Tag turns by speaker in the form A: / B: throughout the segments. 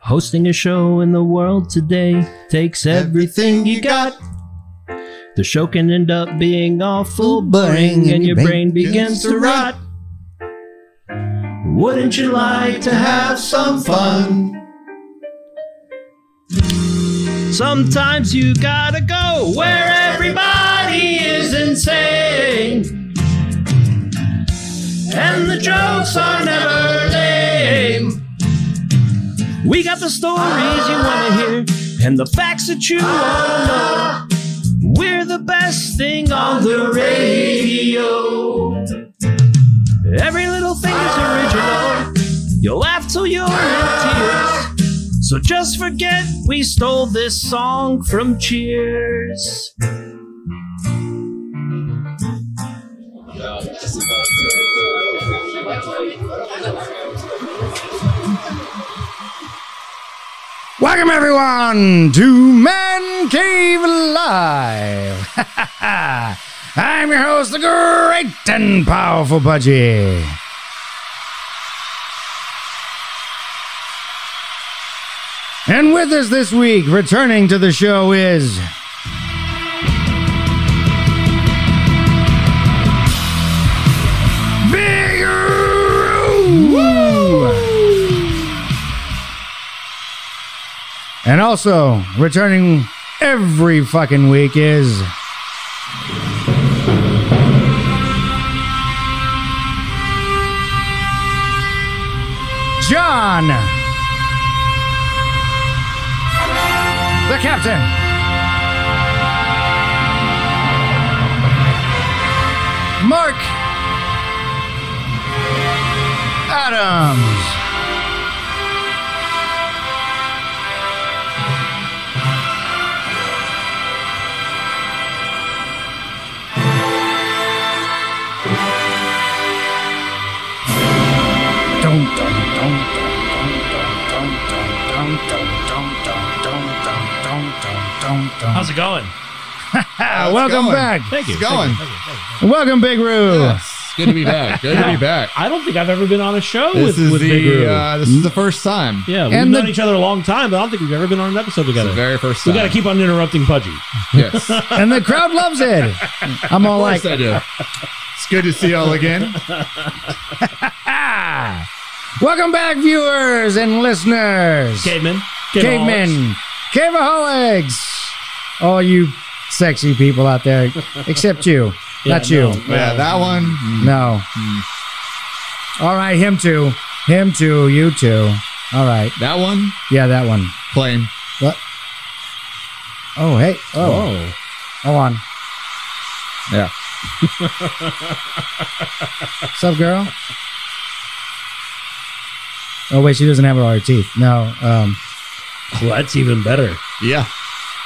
A: Hosting a show in the world today takes everything you got. The show can end up being awful boring, and your brain begins to rot. Wouldn't you like to have some fun? Sometimes you gotta go where everybody is insane. And the jokes are never lame. We got the stories you wanna hear, and the facts that you wanna know. We're the best thing on the radio. Every little thing is original. You'll laugh till you're in tears. So just forget we stole this song from Cheers.
B: Welcome everyone to Man Cave Live. I'm your host, the great and powerful Budgie. And with us this week, returning to the show is Big Roo! And also, returning every fucking week is. John! The Captain! Mark! Adams!
C: How's it going?
B: Ah,
D: it's
B: welcome
D: going.
B: back.
C: Thank you.
D: It's going.
C: Thank you, thank you, thank
B: Welcome, Big Roo.
D: Yes. Good to be back. Good to be back.
C: you. I don't think I've ever been on a show
D: This
C: with,
D: is
C: with Big
D: the
C: Roo.
D: uh, this is the first time.
C: yeah, we've
B: and
C: known
B: the-
C: each other a long time, but I don't think we've ever been on an episode
D: It's
C: together.
D: the very first
C: we
D: time.
C: got to keep on interrupting Pudgy.
D: Yes. Of
B: And the crowd loves it. I'm all like,
D: course I do. It's good to see y'all again.
B: ah. Welcome back, viewers and listeners.
C: Caveman.
B: Cavemen. Caveaholics. All you sexy people out there, except you.
C: Yeah,
B: Not you.
C: no. Mm-hmm.
D: Yeah, that one.
B: No.
C: Mm-hmm.
B: All right, him too. Him too. You too. All right.
D: That one.
B: Yeah, that one.
D: Plain.
B: Oh, hey. Oh,
C: Oh.
B: hold on.
D: Yeah.
B: What's up, girl? Oh, wait, she doesn't have it on her teeth. No. Um,
C: Well, that's even better.
D: Yeah.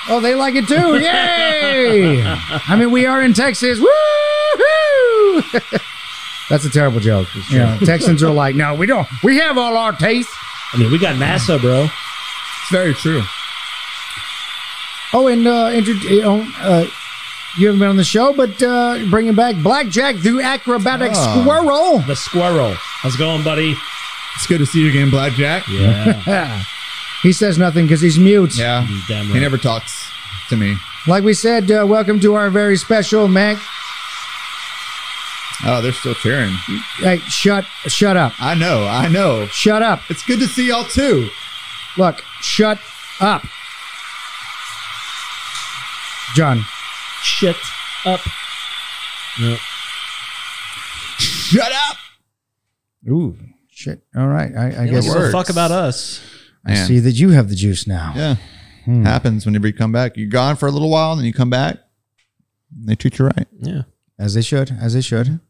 B: oh, they like it too. Yay! I mean, we are in Texas. Woo! That's a terrible joke. You know, Texans are like, no, we don't. We have all our teeth.
C: I mean, we got NASA, bro.
D: It's very true.
B: Oh, and uh, intro- uh, uh, you haven't been on the show, but uh, bringing back Blackjack the acrobatic
D: Oh.
B: squirrel.
C: The squirrel. How's it going, buddy?
D: It's good to see you again, Blackjack.
C: Yeah.
B: He says nothing because he's mute.
D: Yeah.
C: Damn
D: He
C: right.
D: never talks to me.
B: Like we said, uh, welcome to our very special Mac.
D: Oh, they're still cheering.
B: Hey, shut, shut up,
D: I know. I know.
B: shut up.
D: It's good to see y'all too.
B: Look, shut up, John.
C: Shit up.
D: Shut up.
B: Ooh, shit. All right, I, I
C: Don't
B: guess
C: give a
D: works.
C: fuck about us.
B: I
D: Yeah.
B: see that you have the juice now.
D: Yeah.
B: Hmm.
D: Happens whenever you come back. You're gone for a little while, and then you come back. And they treat you right.
C: Yeah.
B: As they should, as they should.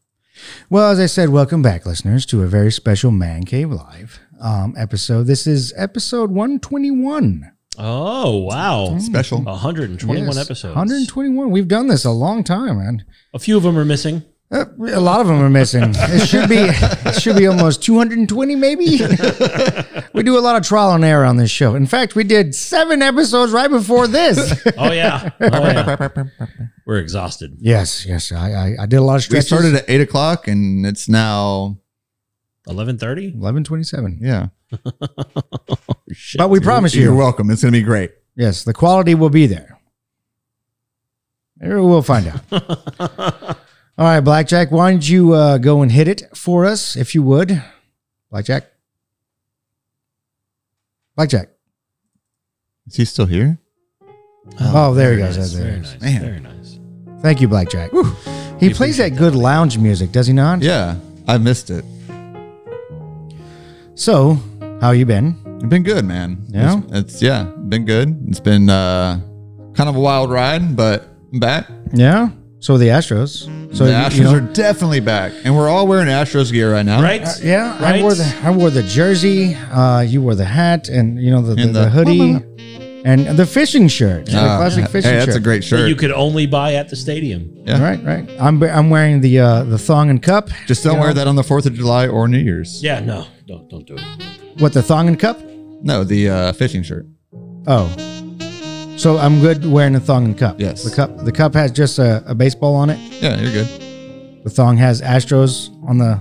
B: Well, as I said, welcome back, listeners, to a very special Man Cave Live um, episode. This is episode 121.
C: Oh,
B: Hmm.
C: wow.
D: Special.
C: 121
B: Yes,
C: episodes.
B: 121. We've done this a long time, man.
C: A few of them are missing.
B: Uh, a lot of them are missing. It should be it should be almost 220, maybe. we do a lot of trial and error on this show. In fact, we did seven episodes right before this.
C: Oh yeah. Oh, yeah. We're exhausted.
B: yes, yes, I, I, I did a lot of
D: We
B: stretches.
D: started at eight o'clock and it's now
C: Eleven thirty.
B: 11:27.
D: yeah.
B: But we promise
D: You're
B: you,
D: welcome. It's gonna be great.
B: yes, the quality will be there. There We'll find out. All right, Blackjack, why don't you uh, go and hit it for us, if you would, Blackjack? Blackjack.
D: Is he still here?
B: Oh, there he
C: Very
B: goes.
C: nice,
B: There he
C: Very
B: is.
C: nice.
D: Man.
C: Very nice.
B: Thank you, Blackjack. He plays that good lounge music, does he not?
D: Yeah, I missed it.
B: So, how you been?
D: It's been good, man.
B: Yeah?
D: It's, it's- yeah, been good. It's been uh, kind of a wild ride, but I'm back.
B: Yeah. So are the Astros. So
D: the
B: you-
D: Astros
B: you know-
D: are definitely back, and we're all wearing Astros gear right now.
C: Right?
B: uh, yeah,
C: Right?
B: I wore the I wore the jersey. Uh, you wore the hat, and you know the, the,
D: And
B: the,
D: the-
B: hoodie, and the fishing shirt, the
D: Uh,
B: classic fishing
D: hey,
B: shirt.
D: that's a great
C: That
D: shirt.
C: you could only buy at the stadium.
D: yeah.
B: Right, right. I'm be- I'm wearing the uh, the thong and cup.
D: Just don't
B: you
D: wear
B: know.
D: that on the Fourth of July or New Year's.
C: Yeah, no, don't don't do it.
B: What the thong and cup?
D: No, the uh, fishing shirt.
B: Oh, so I'm good wearing a thong and cup.
D: Yes.
B: The cup the cup has just a, a baseball on it.
D: Yeah, you're good.
B: The thong has Astros on the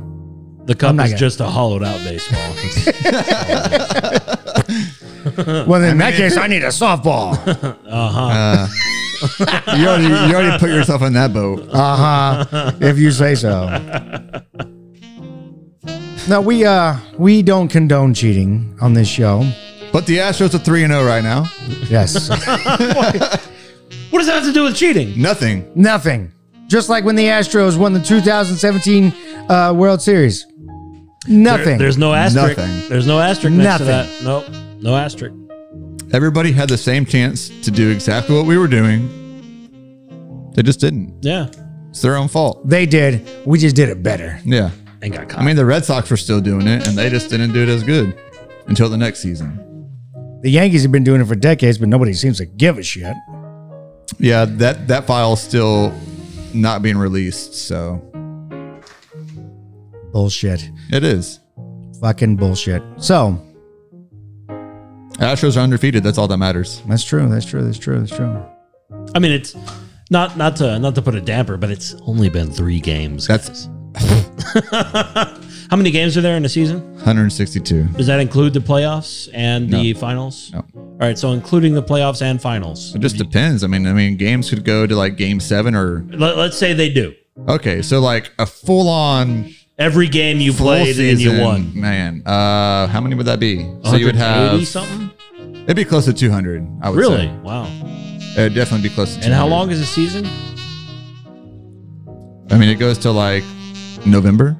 C: The cup
B: not
C: is
B: gonna-
C: just a hollowed out baseball.
B: Well, in that case, I need a softball.
D: You already, you already put yourself in that boat.
B: Uh huh. if you say so. No, we uh we don't condone cheating on this show.
D: But the Astros are three and zero right now.
B: Yes,
C: what does that have to do with cheating?
D: Nothing.
B: nothing. Just like when the Astros won the 2017 uh, World Series, nothing.
C: There's no asterisk.
D: Nothing.
C: There's no asterisk next to
B: Nothing.
C: that. Nope. No asterisk.
D: Everybody had the same chance to do exactly what we were doing. They just didn't.
C: Yeah.
D: It's their own fault.
B: they did. We just did it better.
D: Yeah.
C: And got caught.
D: I mean, the Red Sox were still doing it, and they just didn't do it as good until the next season.
B: The Yankees have been doing it for decades, but nobody seems to give a shit.
D: Yeah, that that file's still not being released, so
B: Bullshit.
D: it is.
B: Fucking bullshit. So
D: Astros are undefeated. That's all that matters.
B: that's true. That's true. That's true. That's true.
C: I mean, it's not not to not to put a damper, but it's only been three games.
D: That's-
C: guys. how many games are there in a season?
D: 162.
C: Does that include the playoffs and the finals?
D: No.
C: All right, so including the playoffs and finals.
D: It just depends. I mean, I mean, games could go to like game seven or
C: Let, let's say they do.
D: okay. So like a full on
C: Every game you
D: full
C: played and
D: season,
C: you won.
D: man. Uh, how many would that be? So you would have
C: 180 something.
D: it'd be close to 200. I would
C: Really?
D: say.
C: Wow.
D: it'd definitely be close to. 200.
C: And how long is the season?
D: I mean, it goes to like November.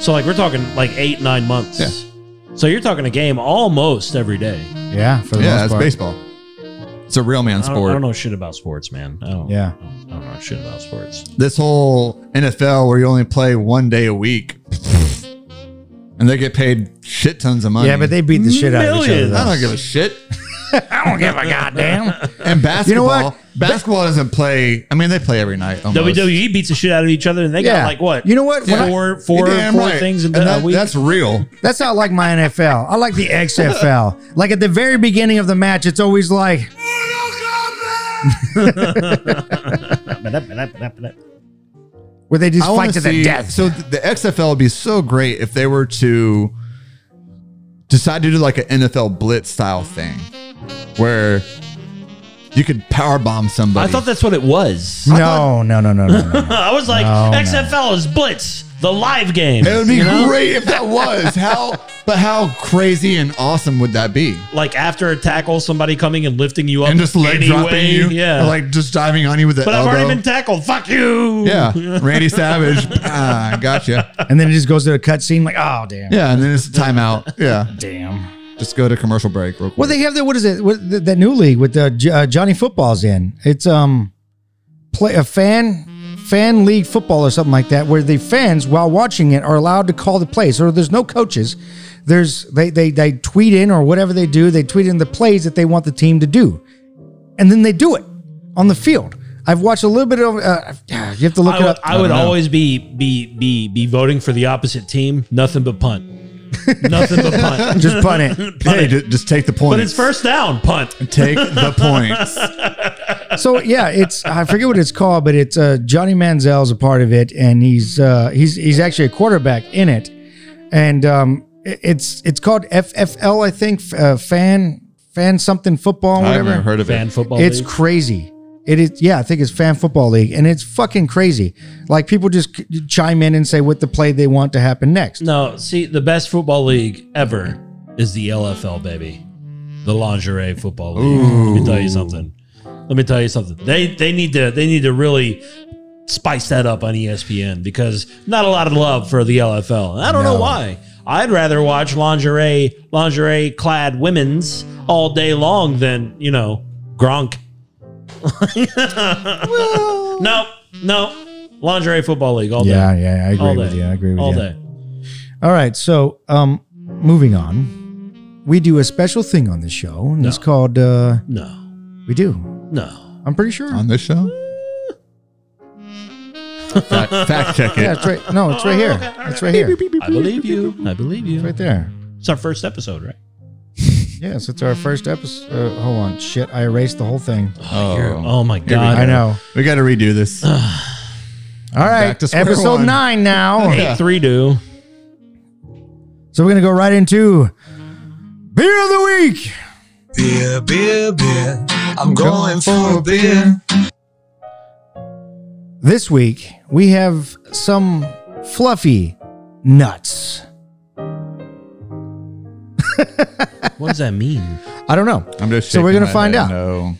C: So like we're talking like eight nine months.
D: Yeah.
C: So you're talking a game almost every day.
B: Yeah, for the
D: Yeah,
B: most
D: that's
B: part.
D: baseball. It's a real man
C: I don't,
D: sport.
C: I don't know shit about sports, man. I don't,
B: Yeah.
C: I don't know shit about sports.
D: This whole NFL where you only play one day a week, and they get paid shit tons of money.
B: Yeah, but they beat the shit out of each other.
C: Millions.
B: though.
D: I don't give a shit.
B: I don't give a goddamn.
D: And basketball,
B: what?
D: basketball doesn't play. I mean, they play every night. Almost.
C: WWE beats the shit out of each other, and they
B: yeah,
C: got like what?
B: You know what? When I-
C: E four,
D: You're
C: four,
D: damn
C: four
D: right.
C: things in
D: And
C: the
D: that-
C: a week.
D: That's real.
B: that's not like my NFL. I like the XFL. like at the very beginning of the match, it's always like, where they just
D: I wanna
B: fight to
D: see-
B: the death.
D: So th- the XFL would be so great if they were to decide to do like an NFL blitz style thing, where you could power bomb somebody.
C: I thought that's what it was.
B: No, no, no, no, no, no. no.
C: I was like,
B: No, no.
C: XFL is Blitz, the live game.
D: it would be great if that was how. But how crazy and awesome would that be?
C: Like after a tackle, somebody coming and lifting you up
D: And just leg
C: anyway.
D: dropping you,
C: Yeah.
D: or like just diving on you with the
C: but I've
D: elbow.
C: already been tackled. Fuck you.
D: yeah, Randy Savage. ah, gotcha.
B: and then it just goes to a cutscene, like, oh damn,
D: Yeah, and then it's a timeout. Yeah,
B: damn.
D: just go to commercial break. Real quick.
B: Well, they have the what is it? What, the, that new league with the J- uh, Johnny Footballs in. It's um, play a fan fan league football or something like that, where the fans while watching it are allowed to call the plays. Or there's no coaches. There's they they they tweet in or whatever they do. They tweet in the plays that they want the team to do, and then they do it on the field. I've watched a little bit of. Uh, you have to look
C: I
B: it
C: would,
B: up.
C: I would always be be be be voting for the opposite team. Nothing but punt. Nothing but punt.
B: Just punt it.
C: Punt
D: Hey,
C: it.
D: ju- just take the points.
C: But it's first down. Punt.
D: Take the points.
B: So yeah, it's I forget what it's called, but it's uh, Johnny Manziel's a part of it, and he's uh, he's he's actually a quarterback in it, and um, it- it's it's called FFL, I think, f- uh, fan fan something football,
D: I
B: whatever.
D: haven't heard of
C: Fan
D: it.
C: football.
B: It's
C: league.
B: crazy. It is, yeah, I think it's fan football league, and it's fucking crazy. Like people just c- chime in and say what the play they want to happen next.
C: no. See, the best football league ever is the LFL, baby. The lingerie football league. Let me tell you something. Let me tell you something. They they need to they need to really spice that up on E ESPN because not a lot of love for the LFL. And I don't know
B: No.
C: why. I'd rather watch lingerie lingerie clad women's all day long than you know Gronk. no, no, lingerie football league all
B: Yeah,
C: day.
B: yeah, I agree
C: all
B: with
C: day.
B: you. I agree with
C: all
B: you.
C: day.
B: All right, so um, moving on, we do a special thing on this show, and it's
C: No.
B: called uh,
C: No,
B: we do.
C: no.
B: I'm pretty sure.
D: On this show? fact, fact check it.
B: yeah, it's right. No, it's right here. It's right here. It's
C: I believe you. I believe you.
B: right there.
C: It's our first episode, right?
B: Yes, it's our first episode. Uh, hold on, shit, I erased the whole thing.
D: Oh.
C: You're- oh my
D: we
C: god!
B: I know.
D: We got to redo this.
B: All right,
D: Back to square
B: episode
D: one.
B: nine now.
C: Eight three do.
B: So we're gonna go right into beer of the week.
E: Beer, beer, beer. I'm going for a beer.
B: This week we have some fluffy nuts.
C: What does that mean?
B: I don't know.
D: I'm just
B: So we're
D: shaking
B: gonna
D: my
B: find
D: head.
B: out.
D: No.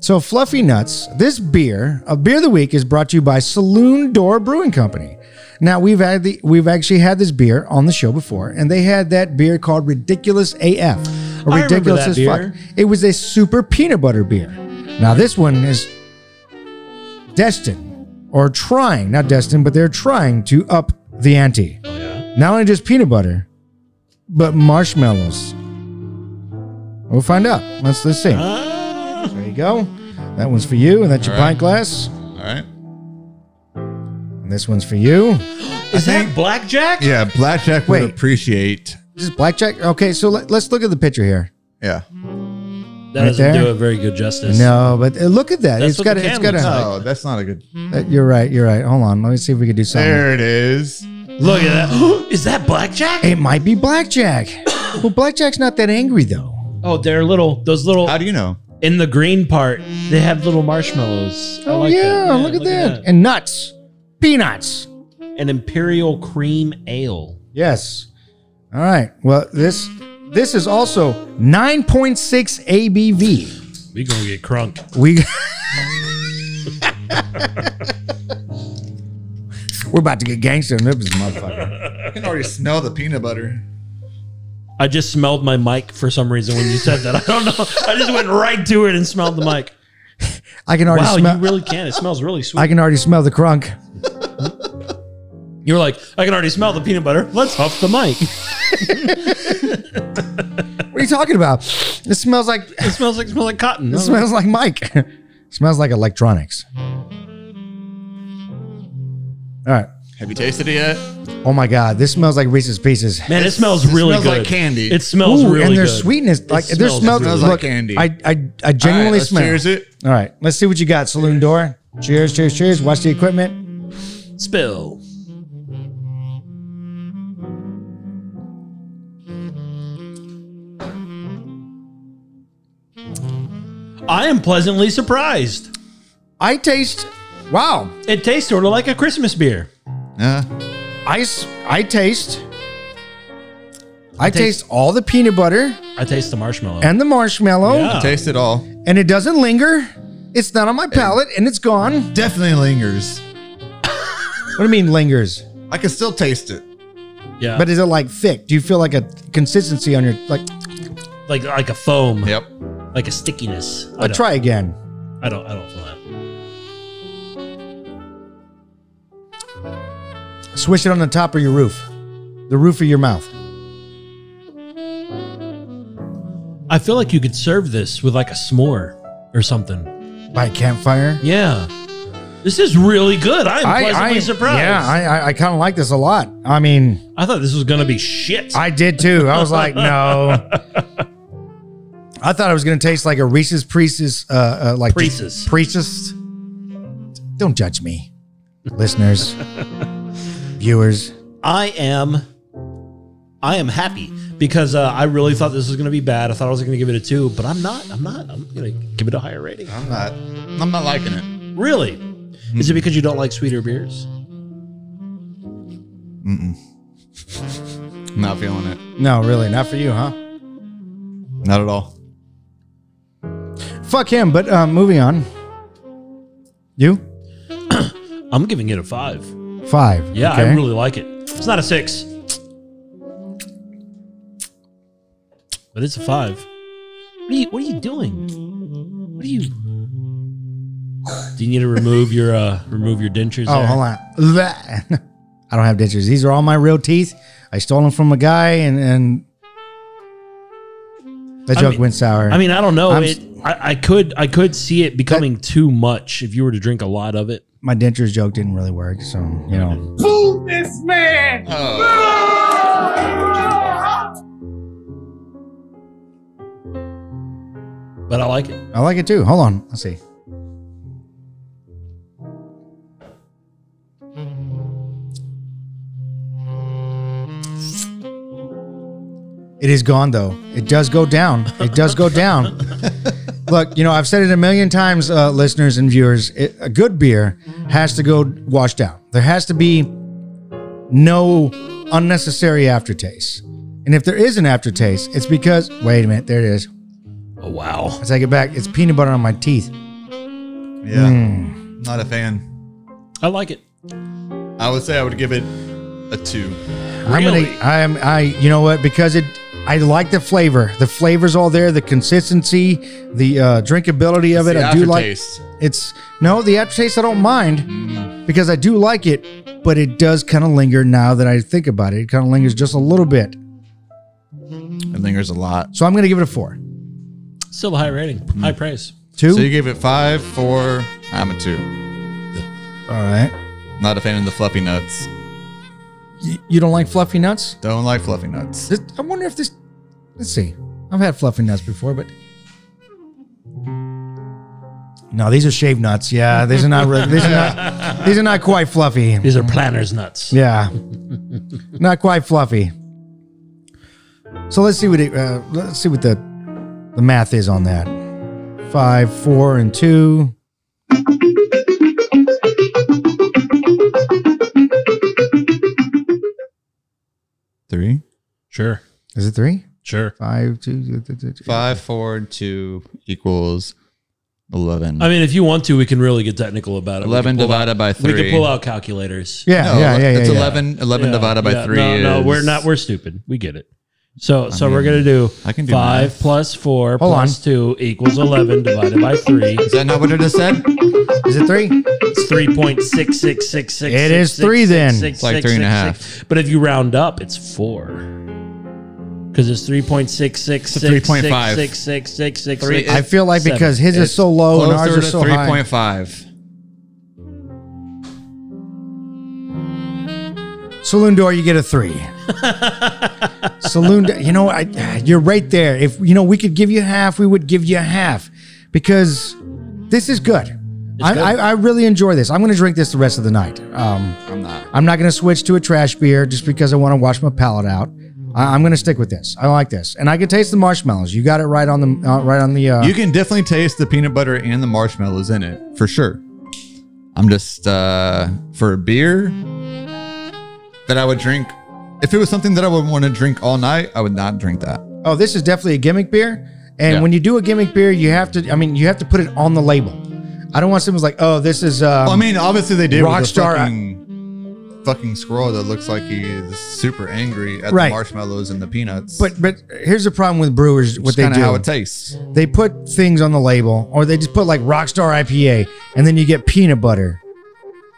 B: So, Fluffy Nuts, this beer, a beer of the week, is brought to you by Saloon Door Brewing Company. Now, we've had the we've actually had this beer on the show before, and they had that beer called Ridiculous AF. Or
C: I remember that beer.
B: It was a super peanut butter beer. Now, this one is destined or trying, not destined, but they're trying to up the ante.
C: Oh yeah.
B: Not only just peanut butter, but marshmallows. We'll find out. Let's let's see. There you go. That one's for you, and that's your
D: All right.
B: pint glass.
D: All right.
B: And this one's for you.
C: Is that blackjack?
D: Yeah, Blackjack
B: Wait.
D: would appreciate.
B: This is blackjack. Okay, so let, us look at the picture here.
D: Yeah.
C: That
B: Right
C: doesn't
B: there?
C: do it very good justice.
B: No, but uh, look at that.
C: That's
B: it's
C: what
B: got.
C: the
B: A, it's
C: can
B: got a.
C: looks
D: Oh, that's not a good.
B: uh, you're right. You're right. Hold on. Let me see if we can do something.
D: There it is.
C: Look at that. Is that blackjack?
B: It might be blackjack. well, blackjack's not that angry though.
C: Oh, they're little. Those little
D: How do you know?
C: in the green part. They have little marshmallows. I
B: Oh
C: like
B: yeah,
C: that.
B: look, at, that. And nuts, peanuts.
C: An imperial cream ale.
B: Yes. All right. Well, this this is also 9.6 ABV.
C: We gonna get crunk.
B: We We're about to get gangster in this motherfucker.
D: I can already smell the peanut butter.
C: I just smelled my mic for some reason when you said that. I don't know. I just went right to it and smelled the mic.
B: I can already
C: Wow,
B: smell
C: you really can. It smells really sweet.
B: I can already smell the crunk.
C: you were like, I can already smell the peanut butter. Let's huff the mic.
B: What are you talking about? It smells like
C: It smells like smells like cotton.
B: it smells like Mike. smells like electronics. All right.
D: Have you tasted it yet?
B: Oh my god, this smells like Reese's Pieces.
C: Man, it smells
D: It
C: really
D: smells
C: good.
D: like candy.
C: It smells
B: Ooh,
C: really
B: and their
C: good.
B: sweetness, like their
C: smells
B: smell
C: really
D: Smells
B: look,
D: like candy.
B: I, I, I genuinely
D: All right, let's
B: smell.
D: Cheers it.
B: All right, let's see what you got, saloon door. Cheers, cheers, cheers. Watch the equipment.
C: Spill. I am pleasantly surprised.
B: I taste, wow.
C: It tastes sort of like a Christmas beer.
D: Uh,
B: I, s- I taste, I
C: taste-
B: taste all the peanut butter
C: I taste the marshmallow.
B: and the marshmallow,
C: Yeah.
D: Taste it all.
B: and it doesn't linger. It's not on my palate, and it's gone.
D: Definitely lingers.
B: What do you mean lingers?
D: I can still taste it.
C: yeah,
B: But is it like thick? Do you feel like a consistency on your like?
C: like like a foam,
D: Yep.
C: like a stickiness. I
B: Let's
C: don't-
B: try again.
C: I don't. I don't feel that.
B: Swish it on the top of your roof, the roof of your mouth.
C: I feel like you could serve this with like a s'more or something.
B: by a campfire.
C: Yeah, This is really good. I'm
B: I,
C: pleasantly
B: I
C: surprised.
B: yeah, I, I, I kind of like this a lot. I mean,
C: I thought this was gonna be shit.
B: I did too. I was like, no. I thought it was gonna taste like a Reese's Pieces, uh, uh, like
C: Pieces.
B: Pieces. Don't judge me, listeners, viewers.
C: I am, I am happy because uh, I really thought this was going to be bad. I thought I was going to give it a two, but I'm not. I'm not. I'm going to give it a higher rating.
D: I'm not. I'm not liking it.
C: Really? Is it because you don't like sweeter beers?
D: I'm not feeling it.
B: No, really, not for you, huh?
D: Not at all.
B: Fuck him. But um, moving on. You
C: I'm giving it a five.
B: five.
C: Yeah, I
B: okay.
C: really like it. It's not a six, but it's a five. What are you? What are you doing? What are you? Do you need to remove your uh remove your dentures?
B: Oh,
C: there?
B: hold on. Bleh. I don't have dentures. These are all my real teeth. I stole them from a guy, and and that
C: I
B: joke
C: mean-
B: went sour.
C: I mean, I don't know.
B: I'm
C: It, I, I could I could see it becoming too much if you were to drink a lot of it.
B: my dentures joke didn't really work, so you know.
C: But I like it.
B: I like it too. Hold on, let's see. It is gone though. It does go down. It does go down. Look, you know, I've said it a million times, uh, listeners and viewers. It, a good beer has to go washed down. There has to be no unnecessary aftertaste. And if there is an aftertaste, it's because, wait a minute, there it is.
C: Oh wow!
B: I take it back. It's peanut butter on my teeth.
D: Yeah.
B: Hmm.
D: Not a fan.
C: I like it.
D: I would say I would give it a two.
B: I'm
C: Really?
B: gonna. I am. I. You know what? Because it. I like the flavor. The flavor's all there. The consistency, the uh, drinkability of it.
D: The
B: I do like.
D: aftertaste.
B: It's no the aftertaste. I don't mind because I do like it, but it does kind of linger now that I think about it. It kind of lingers just a little bit.
D: It lingers a lot.
B: So I'm gonna give it a four,
C: Still a high rating, high praise.
B: two.
D: So you gave it five, four. I'm a two.
B: all right.
D: Not a fan of the fluffy nuts.
B: You, you don't like fluffy nuts?
D: Don't like fluffy nuts.
B: This- I wonder if this. Let's see. I've had fluffy nuts before, but no, these are shaved nuts. Yeah, these are not. Really, these are not. These are not quite fluffy.
C: These are planners nuts.
B: Yeah, not quite fluffy. So let's see what it, uh, let's see what the the math is on that. Five, four, and two.
D: Three,
C: Sure,
B: Is it three?
C: sure.
B: Five, two, two, two, two, two.
D: five, four, two equals eleven.
C: I mean, if you want to, we can really get technical about it. We
D: eleven
C: can pull out-
D: divided by three.
C: We could pull out calculators.
B: Yeah,
D: No,
B: yeah, yeah, yeah.
D: It's
B: yeah.
D: eleven. Eleven
C: Yeah,
D: divided by
C: yeah.
D: three.
C: No, no,
D: is-
C: we're not. We're stupid. We get it. So, so we're
D: mean,
C: gonna do
D: I can do
C: five
D: math.
C: plus four
B: Hold
C: plus two equals eleven divided by three.
D: Is that not what it just said?
B: Is it three?
C: It's three point six six six six.
B: It is three then.
D: It's like three and a half.
C: But if you round up, it's four. Because it's three point six six
D: It's a
C: six six
D: 3.5.
C: six six six six
D: Three
C: six.
B: I feel like
C: Seven.
B: because his is
D: It's
B: so low and ours
D: Closer
B: are
D: to
B: so
D: three
B: high.
D: point five.
B: Saloon door, you get a three. Saloon, do- you know, I, you're right there. If you know, we could give you half, we would give you half because this is good. I,
C: good.
B: I, I really enjoy this. I'm going to drink this the rest of the night. Um,
D: I'm not.
B: I'm not going to switch to a trash beer just because I want to wash my palate out. I, I'm going to stick with this. I like this, and I can taste the marshmallows. You got it right on the uh, right on the. Uh,
D: You can definitely taste the peanut butter and the marshmallows in it for sure. I'm just uh, for a beer that I would drink. If it was something that I would want to drink all night, I would not drink that.
B: oh, this is definitely a gimmick beer. And
D: Yeah.
B: when you do a gimmick beer, you have to. I mean, you have to put it on the label. I don't want someone who's like, oh, this is. Um,
D: Well, I mean, obviously they did. with the
B: Rockstar- uh,
D: fucking, fucking squirrel that looks like he's super angry at
B: Right.
D: the marshmallows and the peanuts.
B: But but here's the problem with brewers. What
D: what
B: they
D: kind of
B: do,
D: how it tastes.
B: they put things on the label, or they just put like Rockstar IPA, and then you get peanut butter.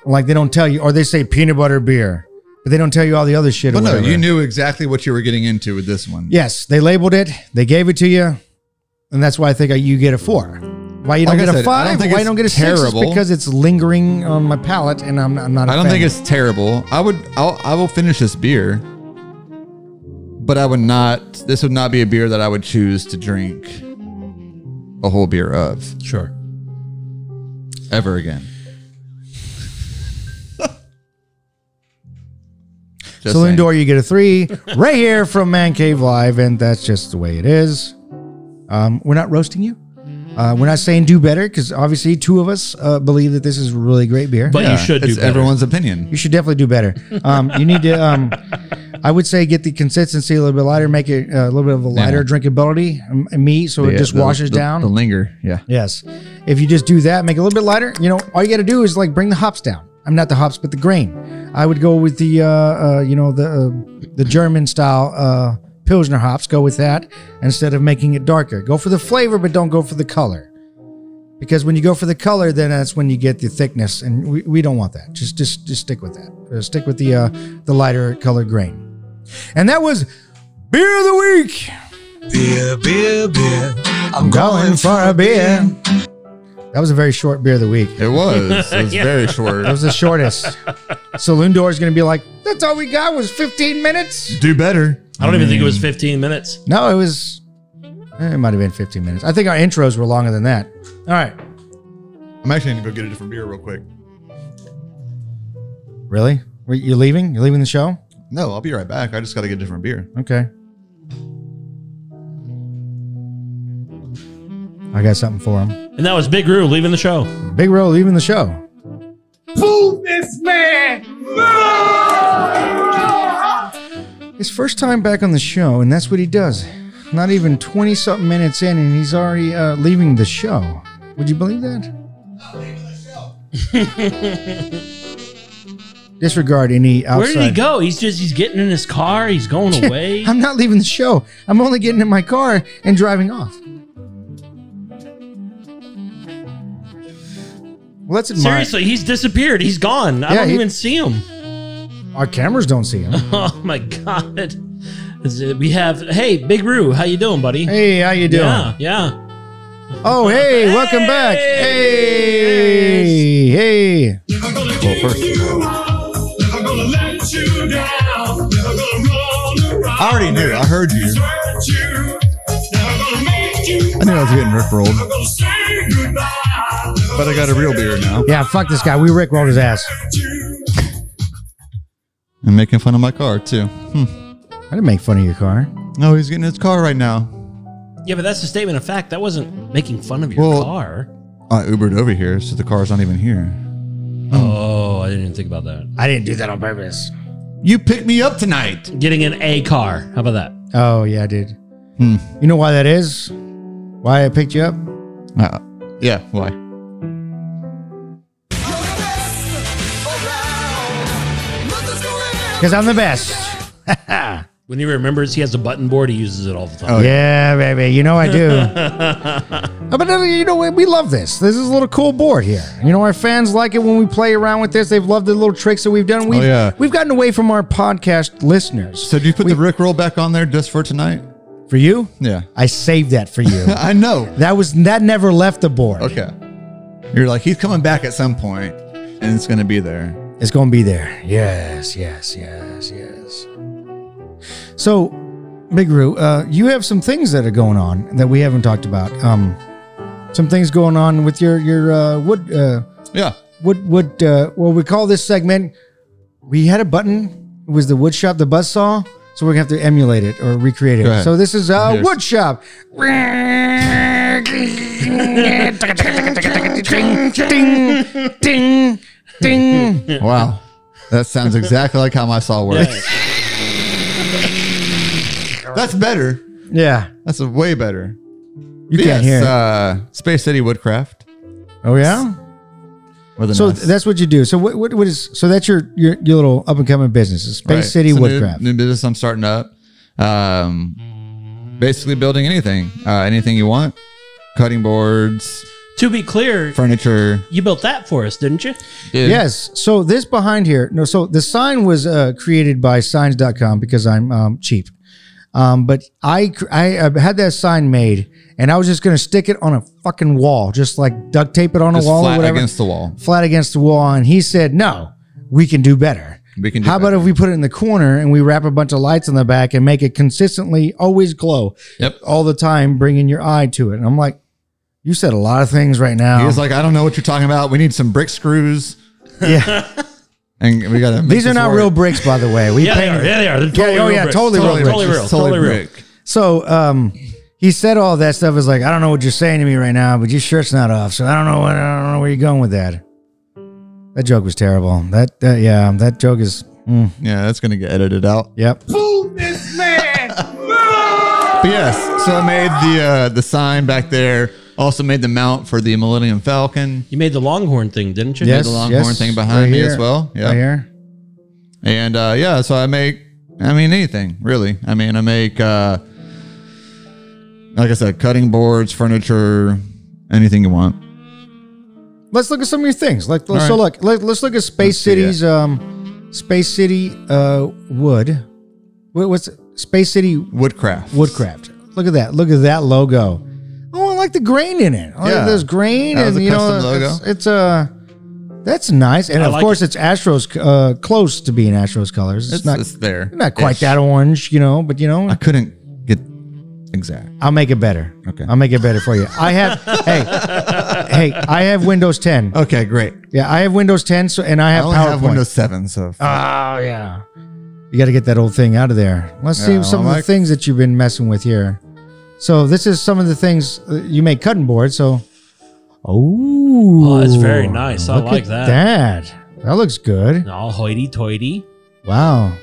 B: Like they don't tell you, or they say peanut butter beer, but they don't tell you all the other shit.
D: But
B: or
D: no,
B: whatever.
D: you knew exactly what you were getting into with this one.
B: Yes, they labeled it, they gave it to you, and that's why I think you get a four. Why you don't
D: Like I
B: get a
D: said, I don't
B: five?
D: think
B: Why you
D: it's
B: don't get a six?
D: terrible.
B: It's because it's lingering on my palate, and I'm, I'm not. I
D: I don't think it's terrible. I would I'll, I will finish this beer, but I would not. This would not be a beer that I would choose to drink a whole beer of
C: Sure.
D: ever again. Just
B: Saloon
D: saying.
B: door. You get a three right here from Man Cave Live, and that's just the way it is. Um, we're not roasting you. Uh, we're not saying do better because obviously two of us uh, believe that this is really great beer.
C: But
D: Yeah,
C: you should do
D: it's
C: better.
D: everyone's opinion.
B: You should definitely do better. Um, you need to. Um, I would say get the consistency a little bit lighter, make it uh, a little bit of a lighter
D: Yeah.
B: drinkability um, meat, so it
D: Yeah,
B: just
D: the-
B: washes
D: the-
B: down.
D: The linger, yeah.
B: yes, if you just do that, make it a little bit lighter. You know, all you got to do is like bring the hops down. I'm not the hops, but the grain. I would go with the uh, uh, you know the uh, the German style uh, pilsner hops. Go with that instead of making it darker. Go for the flavor, but don't go for the color. Because when you go for the color, then that's when you get the thickness, and we, we don't want that. Just just just stick with that. Uh, stick with the uh, the lighter color grain. And that was beer of the week.
E: Beer, beer, beer. I'm
B: Going for a beer. That was a very short beer of the week.
D: It was. It was very short.
B: That was the shortest. Saloon door is going to be like, that's all we got was 15 minutes.
D: Do better.
C: I don't even think it was
D: mean,
C: 15 minutes.
B: No, it was. eh, It might have been 15 minutes. I think our intros were longer than that. All right.
D: I'm actually gonna go get a different beer real quick.
B: Really? Wait, You're leaving? You're leaving the show?
D: No, I'll be right back. I just gotta get a different beer.
B: Okay. I got something for him.
C: And that was Big Roo leaving the show.
B: Big Row leaving the show. His first time back on the show, and that's what he does. Not even 20 something minutes in, and he's already uh, leaving the show. Would you believe that? Disregard any outside.
C: Where did he go? He's just he's getting in his car. He's going away.
B: I'm not leaving the show. I'm only getting in my car and driving off. Well, let's admire.
C: Seriously, he's disappeared. He's gone. I
B: Yeah,
C: don't
B: he-
C: even see him.
B: Our cameras don't see him.
C: Oh my god. Is it- We have hey Big Roo, how you doing, buddy?
B: hey, how you doing?
C: yeah, yeah.
B: Oh, hey, welcome back. Hey, hey.
F: I'm gonna give you up. I'm gonna let you down. Never gonna roll around.
D: I already knew. I heard you.
F: Hurt you. Never gonna make you.
D: I knew I was getting rickrolled.
F: I'm gonna say goodbye. Never
D: But I got a real beer now.
B: Yeah, fuck this guy. We rickrolled his ass.
F: hurt you.
D: And making fun of my car too.
B: I didn't make fun of your car.
D: No, he's getting his car right now.
C: Yeah, but that's a statement of fact. That wasn't making fun of your
D: Well-
C: car.
D: I Ubered over here, so the car's not even here.
C: Oh, I didn't even think about that.
B: I didn't do that on purpose.
D: You picked me up tonight.
C: Getting an A car. How about that?
B: Oh, yeah, I did.
D: Hmm.
B: You know why that is? Why I picked you up?
D: Uh, yeah, why?
B: Because I'm the best.
C: When he remembers he has a button board, he uses it all the time.
D: Oh,
B: Yeah, baby. You know I do. Uh, but uh, you know what? We love this. This is a little cool board here. You know our fans like it when we play around with this. They've loved the little tricks that we've done. We've,
D: Oh, yeah.
B: we've gotten away from our podcast listeners.
D: So do you put the Rick roll back on there just for tonight?
B: for you,
D: Yeah.
B: I saved that for you.
D: I know.
B: that was that never left the board.
D: Okay. You're like, he's coming back at some point, and it's gonna be there.
B: It's going to be there. Yes, yes, yes, yes. So, Big Roo, uh, you have some things that are going on that we haven't talked about. Um, some things going on with your your uh, wood uh,
D: Yeah.
B: wood wood. Uh, well, we call this segment. We had a button. It was the wood shop, the buzz saw. So we're gonna have to emulate it or recreate
D: Go
B: it.
D: ahead.
B: So this is uh,
D: Here's-
B: wood shop. ding, ding, ding.
D: Wow. That sounds exactly like how my saw works. That's better.
B: Yeah,
D: That's way better.
B: you can't hear. it.
D: Uh, Space City Woodcraft.
B: Oh yeah.
D: With an
B: So
D: S.
B: th- that's what you do. So what, what, what is so that's your your, your little up and coming business, is Space
D: Right.
B: City
D: It's a new-
B: Woodcraft.
D: New, business I'm starting up. Um, basically building anything, uh, anything you want, cutting boards,
C: To be clear,
D: furniture.
C: you built that for us, didn't you?
B: Yes. So this behind here, no. So the sign was uh, created by signs.com because I'm um, cheap. Um, but I, cr- I uh, had that sign made, and I was just gonna stick it on a fucking wall, just like duct tape it on
D: Just
B: a wall or
D: flat
B: whatever,
D: against the wall.
B: flat against the wall. And he said, "No, we can do better."
D: We can. Do
B: How about
D: better.
B: if we put it in the corner and we wrap a bunch of lights on the back and make it consistently always glow
D: Yep.
B: all the time, bringing your eye to it? And I'm like, you said a lot of things right now.
D: He was like, I don't know what you're talking about. We need some brick screws,
B: yeah,
D: and we gotta. make
B: these are
D: this
B: not
D: work.
B: real bricks, by the way. We
C: Yeah, they
B: painted-
C: are. Yeah, they are. They're totally
B: oh,
C: real
B: yeah,
C: bricks.
B: totally real
C: totally,
B: bricks.
C: totally real.
D: It's totally
C: Totally real.
D: brick.
B: So um, he said all that stuff. Is like, I don't know what you're saying to me right now, but your shirt's not off, so I don't know. What, I don't know where you're going with that. That joke was terrible. That, that yeah, that joke is. mm,
D: Yeah, that's gonna get edited out.
B: yep.
D: But yes, so I made the uh, the sign back there. Also made the mount for the Millennium Falcon.
C: You made the Longhorn thing, didn't you?
B: Yes.
D: the Longhorn
B: yes,
D: thing behind
B: right
D: me as
B: here,
D: well. Yeah.
B: Right here.
D: And uh, yeah, so I make, I mean, anything really. I mean, I make, uh, like I said, cutting boards, furniture, anything you want.
B: Let's look at some of your things. Like
D: All
B: so,
D: right.
B: look. Let, let's look at Space
D: Let's see
B: City's um, Space City uh wood. What, what's it? Space City
D: Woodcraft.
B: Woodcraft. Look at that. Look at that logo. Oh, I like the grain in it. I like
D: Yeah.
B: there's grain
D: That was
B: and
D: a
B: you know
D: custom logo.
B: it's, it's uh that's nice. And
C: I
B: of
C: like
B: course it's Astros uh close to being Astros colors. It's,
D: It's,
B: not
D: it's there.
B: not quite
D: Ish.
B: that orange, you know, but you know,
D: I couldn't get exact.
B: I'll make it better.
D: Okay.
B: I'll make it better for you. I have hey hey, I have Windows 10.
D: Okay, great.
B: Yeah, I have Windows 10 so and
D: Oh. I
B: I have
D: only
B: PowerPoint.
D: have Windows Seven, so
B: Oh yeah. You got to get that old thing out of there. Let's
D: Yeah,
B: see some
D: well,
B: of the
D: I-
B: things that you've been messing with here. So this is some of the things uh, you make cutting board. So, oh,
C: Oh, that's very nice. I like that.
B: That that looks good.
C: All hoity-toity.
B: Wow.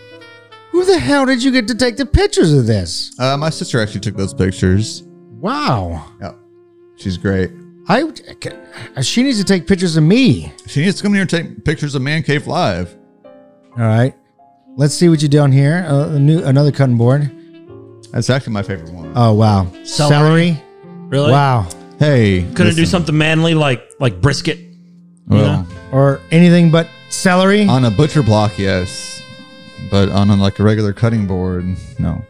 B: Who the hell did you get to take the pictures of this?
D: uh, my sister actually took those pictures.
B: Wow.
D: Yeah, she's great.
B: I would- she needs to take pictures of me.
D: She needs to come here and take pictures of Man Cave Live.
B: All right. Let's see what you down here. Uh, a new another cutting board.
D: That's actually my favorite one.
B: Oh wow.
C: Celery. Really?
B: Wow.
D: hey,
C: Couldn't do
D: listen.
C: something manly like like brisket.
D: Well,
B: Or anything but celery.
D: on a butcher block, yes, but on a, like a regular cutting board, no.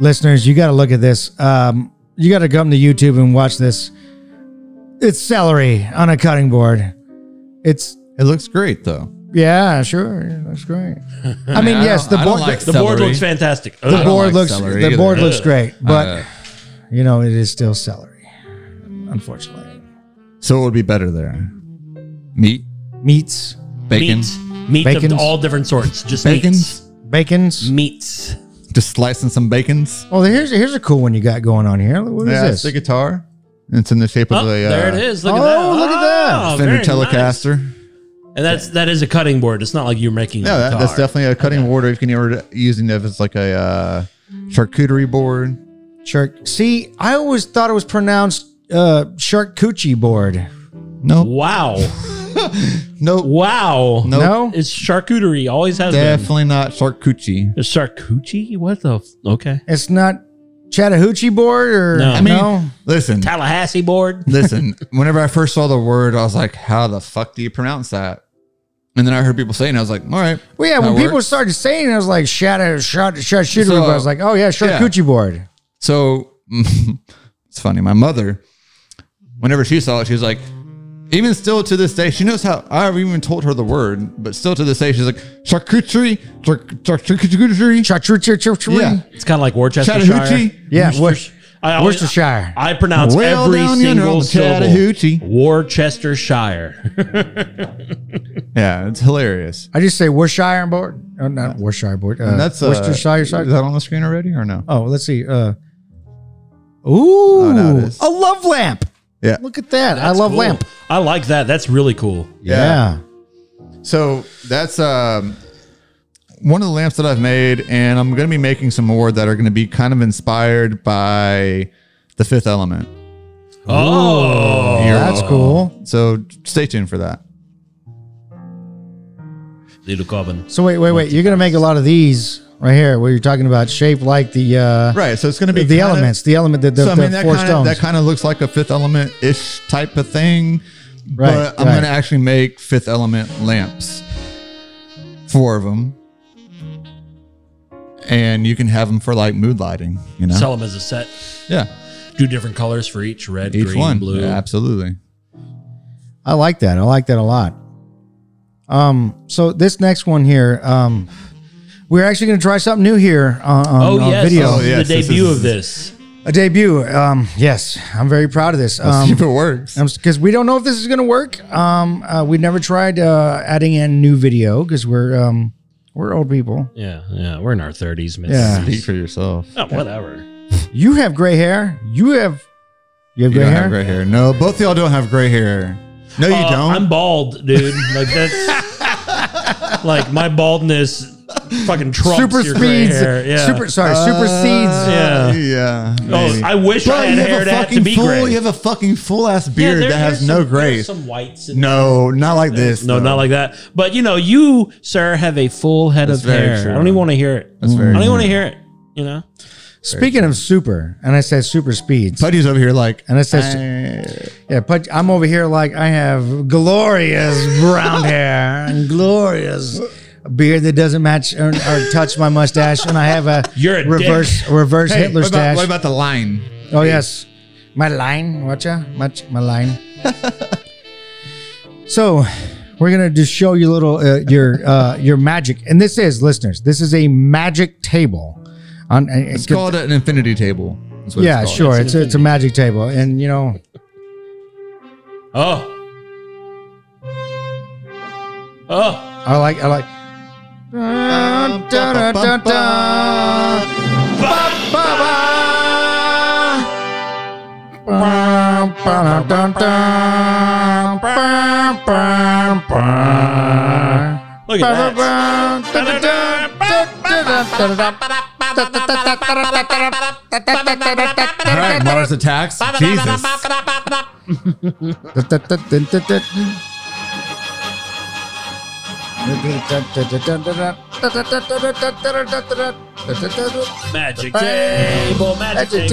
B: listeners, you got to look at this. Um, you got to come to YouTube and watch this. It's celery on a cutting board. It's
D: It looks great though.
B: yeah, sure, that's great. I mean,
D: I
B: yes,
D: don't-
B: the
D: I don't
B: board
D: like
C: The board
D: Celery.
C: looks fantastic.
B: the
C: Ugh.
D: don't
B: board
D: like
B: looks
D: celery
B: the
D: either.
B: board looks great, but
D: Uh,
B: you know it is still celery, unfortunately.
D: so it would be better there. Meat,
B: Meats,
D: bacon,
C: Meats. Meats
B: Bacons.
C: of all different sorts. Just
D: Bacons?
B: bacon's.
C: meats. Meats.
D: just slicing some bacon's.
B: Oh, here's here's a cool one you got going on here. What is
D: yeah, it's
B: this?
D: the guitar. It's in the shape of
C: Oh,
D: a uh,
C: there it is. Look
B: oh,
C: at that.
B: look at that.
C: Oh,
D: Fender
C: very nice.
D: Telecaster.
C: And that's that is a cutting board. It's not like you're making.
D: Yeah,
C: a
D: that, that's
C: guitar.
D: definitely a cutting board. Or you can ever use it if it's like a uh, charcuterie board.
B: Shark. See, I always thought it was pronounced uh, charcuterie board.
D: Nope.
C: Wow.
D: Nope.
C: Wow.
D: Nope.
B: No,
C: It's charcuterie. Always has been.
D: Definitely not charcuterie.
C: It's charcuterie? What the? F- okay.
B: it's not Chattahoochee board or
C: No. I
D: mean-
B: no?
D: Listen,
C: Tallahassee board.
D: listen. Whenever I first saw the word, I was like, "How the fuck do you pronounce that?" And then I heard people saying, it, "I was like, all right."
B: Well, yeah,
D: That
B: when people
D: works.
B: started saying it, I was like, shadow, shot, shot, shit.
D: So,
B: I was like, oh, yeah, charcuterie board.
D: So it's funny. My mother, whenever she saw it, she was like, even still to this day, she knows how I've even told her the word, but still to this day, she's like, charcuterie, char- char- charcuterie,
B: Charcuterie, charcuterie.
D: yeah,
C: It's kind of like Worcestershire.
D: Chattahoochee.
B: Yeah,
C: Worcestershire. I always-
B: Worcestershire.
C: I pronounce
D: Well
C: every
D: down yonder on
C: single
D: the
C: syllable.
D: Chattahoochee.
C: Worcestershire.
D: Yeah, it's hilarious.
B: I just say Worcestershire board. Oh, not Worcestershire board. Uh,
D: And that's uh,
B: Worcestershire.
D: Is that on the screen already or no?
B: Oh, let's see. Uh, ooh,
D: oh, now it is.
B: a love lamp.
D: Yeah.
B: Look at that. I love
C: Cool.
B: lamp.
C: I like that. That's really cool.
B: Yeah.
D: So that's um, one of the lamps that I've made, and I'm going to be making some more that are going to be kind of inspired by the Fifth Element.
C: Oh,
B: That's cool.
D: So stay tuned for that.
C: little Cobbin.
B: So wait, wait, wait. You're gonna make a lot of these right here, where you're talking about shape like the uh,
D: Right. So it's going to be
B: the
D: kind of-
B: elements, the element that the,
D: so I
B: the
D: mean that
B: four
D: kind of
B: stones.
D: that kind of looks like a Fifth Element ish type of thing.
B: Right,
D: But I'm
B: right.
D: going to actually make Fifth Element lamps, four of them. and you can have them for like mood lighting. You know,
C: Sell them as a set.
D: yeah,
C: Do different colors for each red,
D: each
C: green,
D: one,
C: blue.
D: Yeah, absolutely.
B: I like that. I like that a lot. Um, so this next one here, um, we're actually going to try something new here on, on,
C: Oh,
B: on
C: yes.
B: video.
D: Oh,
C: this is
D: yes,
C: the
D: this
C: debut
D: is-
C: of this.
B: A debut. Um, yes, I'm very proud of this.
D: Let's see if
B: Um,
D: it works.
B: because we don't know if this is going to work. Um, uh, we never tried uh, adding in new video because we're um, we're old people.
C: Yeah, yeah. We're in our 30s, man.
B: Yeah.
D: Speak for yourself.
C: Oh, whatever.
B: You have gray hair. You have you have
D: You
B: gray
D: don't
B: hair.
D: have gray hair. No, both of y'all don't have gray hair. No, you
C: Uh,
D: don't.
C: I'm bald, dude. Like that's like my baldness fucking trumps
B: super
C: your gray
B: speeds.
C: hair. Yeah.
B: Super sorry. super
D: Uh,
B: seeds.
C: Yeah.
D: yeah.
C: Oh,
D: maybe.
C: I wish
D: Bro,
C: I
D: you
C: had
D: have
C: hair
D: a
C: that to
D: fucking
C: be
D: full,
C: gray.
D: You have a fucking full ass
C: Yeah,
D: beard
C: there-
D: that has
C: there's
D: no
C: some-
D: gray.
C: there's Some whites. In
D: No, not like this.
C: No,
D: though.
C: not like that. But you know, you sir have a full head
D: That's
C: of
D: very
C: hair.
D: true.
C: I don't even want to hear it.
D: That's
C: I
D: very.
C: don't even want to hear it. You know,
B: Speaking of super, and I said super speeds.
D: Putty's over here like,
B: And it says-
D: I-
B: Yeah, but I'm over here like I have glorious brown hair and glorious beard that doesn't match or, or touch my mustache, and I have a
C: You're a dick.
B: reverse reverse
D: Hey,
B: Hitler
D: what about,
B: stash.
D: what about the line?
B: oh yes, my line, watcha, much my line. so, we're gonna just show you little uh, your uh, your magic, and this is listeners, this is a magic table. On uh,
D: It's called an infinity table. That's what
B: yeah,
D: it's called.
B: sure,
C: It's an
B: it's a, it's a
C: infinity.
B: magic table, and you know
C: oh, oh,
B: I like I like.
C: look at that.
D: All right, Mars attacks. Jesus.
C: Magic table, magic table, magic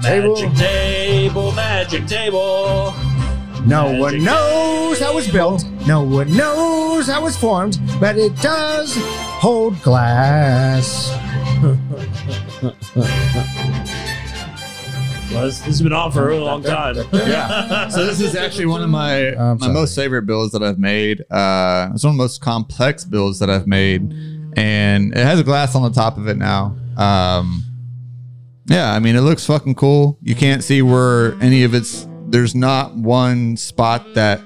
C: table, magic table.
B: No
C: Magic
B: one knows how it's built. No one knows how it's formed, but it does hold glass.
C: Well, this this has been on for a really long time.
D: Yeah. So this is actually one of my
B: I'm
D: my
B: sorry.
D: most favorite bills that I've made. Uh, it's one of the most complex bills that I've made, and it has a glass on the top of it now. Um, yeah, I mean it looks fucking cool. You can't see where any of it's. There's not one spot that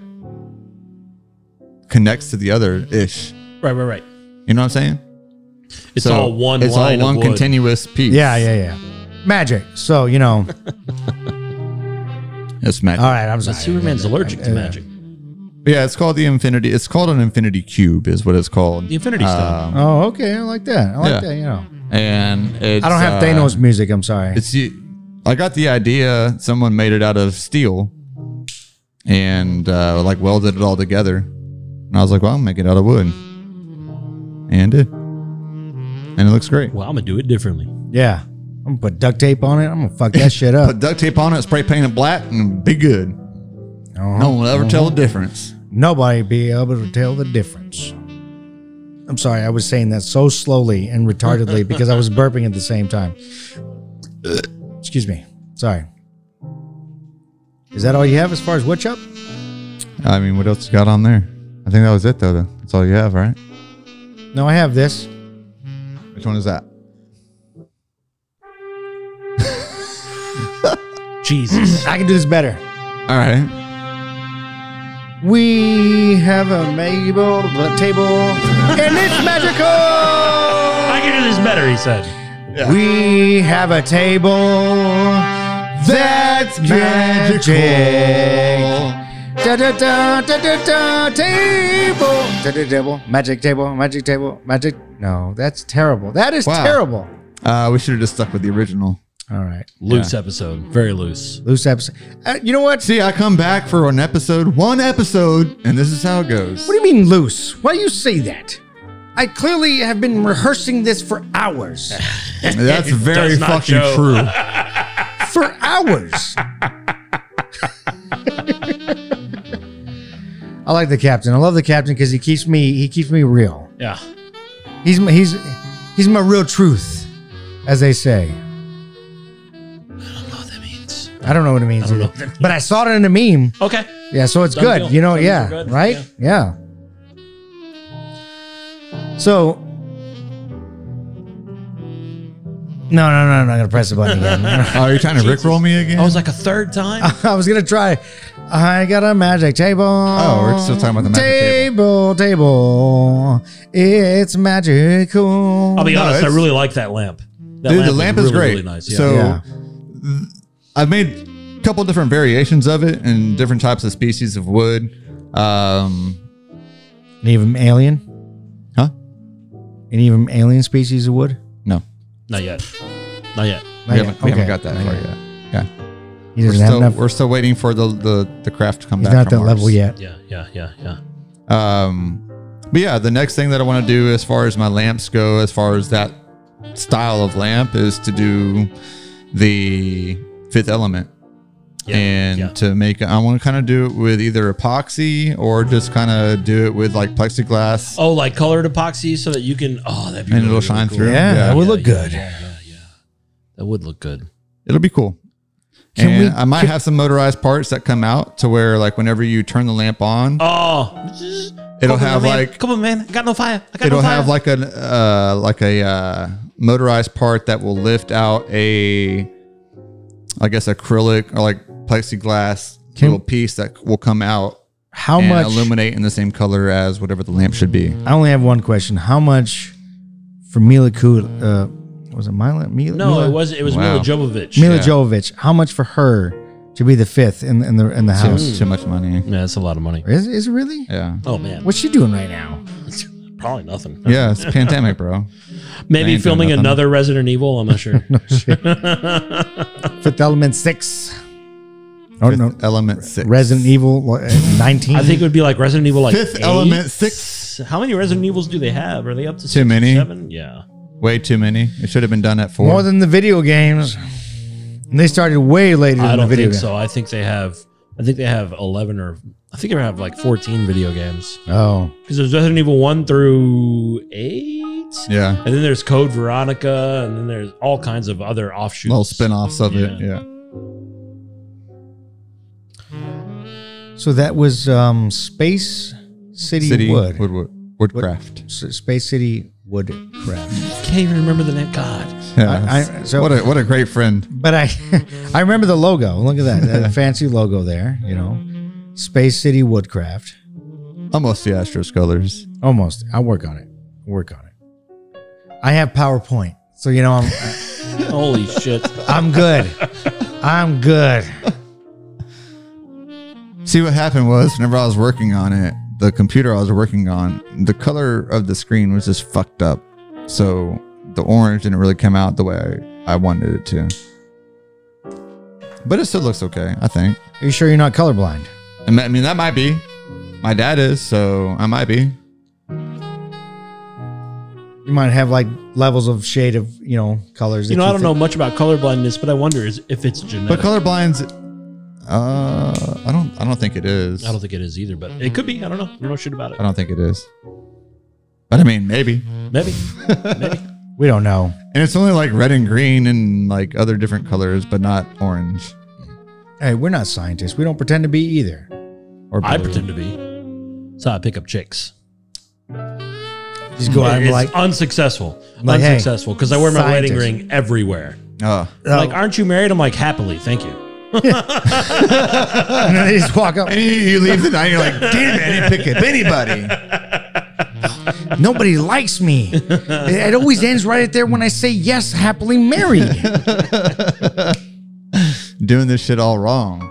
D: connects to the other ish.
C: Right, right, right.
D: You know what I'm saying?
C: It's
D: So
C: all one.
D: It's
C: line
D: all one
C: of wood.
D: continuous piece.
B: Yeah, yeah, yeah. Magic. So, you know,
D: It's magic.
B: all right, I'm sorry.
C: Superman's allergic to
B: Yeah.
C: magic.
D: Yeah, it's called the infinity. It's called an infinity cube, is what it's called.
C: The Infinity Stone.
D: Um,
B: Oh, okay. I like that. I like
D: Yeah.
B: that, you know.
D: and it's,
B: I don't have
D: uh,
B: Thanos music. I'm sorry.
D: It's you- I got the idea. Someone made it out of steel, and uh, like welded it all together. And I was like, "Well, I'll make it out of wood," and it, and it looks great.
C: Well, I'm gonna do it differently.
B: Yeah. I'm going to put duct tape on it. I'm going to fuck that shit up.
D: Put duct tape on it, spray paint it black, and be good. No one will ever tell the difference.
B: Nobody be able to tell the difference. I'm sorry. I was saying that so slowly and retardedly because I was burping at the same time. Excuse me. Sorry. Is that all you have as far as what's up?
D: I mean, what else you got on there? I think that was it, though. though. That's all you have, right?
B: No, I have this.
D: Which one is that?
C: Jesus.
B: I can do this better.
D: All right.
B: We have a Mabel table, and it's magical.
C: I can do this better, he said.
B: We have a table that's magic.
D: Oh.
B: Da da da da da da table. Da da table. Magic table. Magic table. Magic. No, that's terrible. That is
D: Wow.
B: terrible.
D: Uh, we should have just stuck with the original.
B: All right.
C: Loose episode. Very loose.
B: Loose episode. Uh, you know what?
D: See, I come back for an episode, one episode, and this is how it goes.
B: What do you mean loose? Why do you say that? I clearly have been rehearsing this for hours.
D: That's very
C: does not
D: fucking
C: show.
D: true.
B: for hours. I like the captain. I love the captain because he keeps me he keeps me real.
C: Yeah.
B: He's he's He's my real truth, as they say.
C: know what Oh, that means.
B: I don't know what it means,
C: I don't know
B: either.
C: what that means.
B: but I saw it in a meme.
C: Okay.
B: Yeah, so it's
C: Done
B: good.
C: deal.
B: You know,
C: That means
B: yeah,
C: we're good.
B: right? Yeah. So. No, no, no, I'm not gonna press the button again.
D: Oh, you're trying to rickroll me again?
C: I was like a third time.
B: I was gonna try. I got a magic table. Oh,
D: we're still talking about the magic
B: table. Table, It's magical.
C: I'll be
D: No,
C: honest. I
D: it's-
C: really like that Oh, lamp. That
D: Dude, the lamp is
C: really,
D: great.
C: Really nice. Yeah.
D: So
B: Yeah.
D: th- I've made a couple different variations of it and different types of species of wood. Um,
B: Any of them alien?
D: huh?
B: Any of them alien species of wood?
D: No,
C: not yet. Not yet.
B: Not
D: we,
B: yet.
D: haven't, we haven't
B: Okay.
D: got that
B: Not
D: far
B: yet.
D: yet. Yeah,
B: He
D: we're
B: doesn't have
D: still
B: enough.
D: we're still waiting for the the, the craft to come
B: He's
D: back.
B: not that
D: from Mars.
B: level yet.
C: Yeah. Yeah. Yeah. Yeah.
D: Um, but yeah, the next thing that I want to do as far as my lamps go, as far as that style of lamp, is to do the fifth element.
C: Yeah,
D: and
C: yeah.
D: to make I want to kind of do it with either epoxy or just kind of do it with like plexiglass.
C: Oh, like colored epoxy, so that you can. Oh, that'd be.
D: And
C: really,
D: it'll shine
C: really cool.
D: through.
B: Yeah,
D: Yeah,
B: that would
C: Yeah,
B: look
C: yeah,
B: good.
C: Yeah, yeah, yeah. That would look good.
D: It'll be cool.
B: Can
D: and
B: we-
D: I might
B: can-
D: have some motorized parts that come out to where like whenever you turn the lamp on,
C: Oh,
D: it'll
C: Come on,
D: have
C: man.
D: like
C: Come on, man. I got no fire. I got
D: it'll
C: no fire.
D: have like an uh like a uh motorized part that will lift out a I guess acrylic or like plexiglass
B: Can-
C: Hmm.
D: little piece that will come out
B: How
D: and
B: much?
D: illuminate in the same color as whatever the lamp should be.
B: I only have one question. How much for Mila Kunis? Uh, was it Mila? Mila?
C: no,
B: Mila,
C: it was it was
D: Wow.
C: Mila Jovovich.
B: Mila
D: yeah.
B: Jovovich. How much for her to be the fifth in in the in the
D: Too,
B: house?
D: too much money.
C: yeah, that's a lot of money.
B: Is is it really?
D: Yeah.
C: Oh man,
B: What's she doing right now?
C: probably nothing.
D: Yeah, it's pandemic, bro.
C: Maybe
D: ain't doing
C: filming
D: nothing.
C: another Resident Evil. I'm not sure.
B: Fifth Element six. Oh
D: Fifth
B: no,
D: Element six.
B: Resident Evil uh, nineteen.
C: I think it would be like Resident Evil, like
D: Fifth
C: eight?
D: Element six.
C: How many Resident Evils do they have? Are they up to six
D: Too
C: or
D: many.
C: Seven? Yeah.
D: Way too many. It should have been done at four.
B: more than the video games. And they started way later
C: I
B: than the
C: don't
B: video
C: think
B: games.
C: so. I think they have. I think they have eleven or I think they have like fourteen video games
B: Oh,
C: because there's Resident Evil one through eight,
D: yeah.
C: and then there's Code Veronica, and then there's all kinds of other offshoots.
D: Little spin offs of it.
C: Yeah.
D: Yeah.
B: so that was um, Space City,
D: City
B: Wood.
D: wood. wood, woodcraft.
B: S- Space City Woodcraft.
C: Can't even remember the name. God,
D: Yeah.
B: I- I- so-
D: what a what a great friend.
B: But I, I remember the logo. Look at that, that fancy logo there. You know, Space City Woodcraft.
D: Almost the Astros colors.
B: Almost. I'll work on it. Work on it. I have PowerPoint, so you know I'm.
C: holy shit!
B: I'm good. I'm good.
D: See what happened was whenever I was working on it, the computer I was working on, the color of the screen was just fucked up. So the orange didn't really come out the way I, I wanted it to. But it still looks okay, I think.
B: Are you sure you're not colorblind?
D: I mean- I mean, that might be. My dad is, so I might be.
B: You might have like levels of shade of you know colors.
C: You
B: that
C: know, I don't know
B: think-
C: much about colorblindness, but I wonder is if it's genetic.
D: But colorblind's, uh, I don't, I don't think it is.
C: I don't think it is either, but
B: Mm-hmm.
C: it could be. I don't know. I don't know shit about
D: I
C: it.
D: don't think it is. But I mean, maybe.
C: Maybe. Maybe.
B: We don't know.
D: And it's only like red and green and like other different colors, but not orange.
B: Hey, we're not scientists. We don't pretend to be either.
D: Or
C: I
D: blue.
C: pretend to be. That's how I pick up chicks.
B: Just go out and
C: it's
B: like,
C: unsuccessful.
B: Like, hey,
C: unsuccessful because I wear my wedding
B: scientist.
C: ring everywhere.
D: Oh,
C: Like, aren't you married? I'm like, happily, thank you.
B: and then they just walk up.
D: and you, you leave the night, you're like, damn it, I didn't pick up anybody.
B: Nobody likes me. It, it always ends right there when I say yes, happily married.
D: Doing this shit all wrong.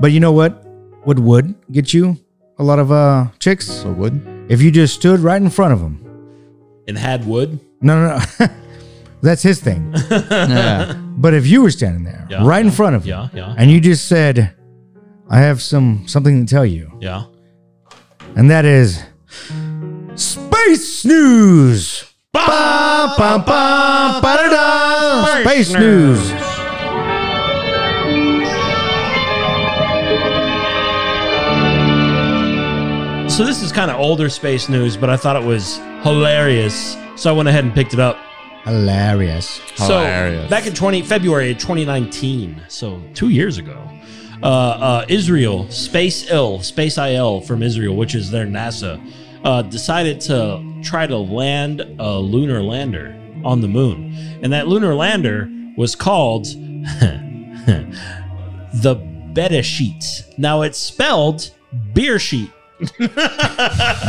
B: But you know what? What would get you a lot of uh chicks
D: So wood.
B: if you just stood right in front of them?
C: And had wood.
B: No, no, no. That's his thing.
D: Yeah.
B: But if you were standing there,
C: Yeah.
B: right in front of him,
C: Yeah, yeah.
B: and you just said, "I have some something to tell you,"
C: Yeah.
B: and that is space news. Ba, ba, ba, ba, da, da. Space news.
C: so this is kind of older space news, but I thought it was hilarious, so I went ahead and picked it up.
B: Hilarious.
D: Hilarious.
C: So back in 20 February of 2019, so two years ago, uh, uh, Israel Space IL Space IL from Israel, which is their NASA, uh, decided to try to land a lunar lander on the moon, and that lunar lander was called the Beta Sheet. Now it's spelled beer sheet.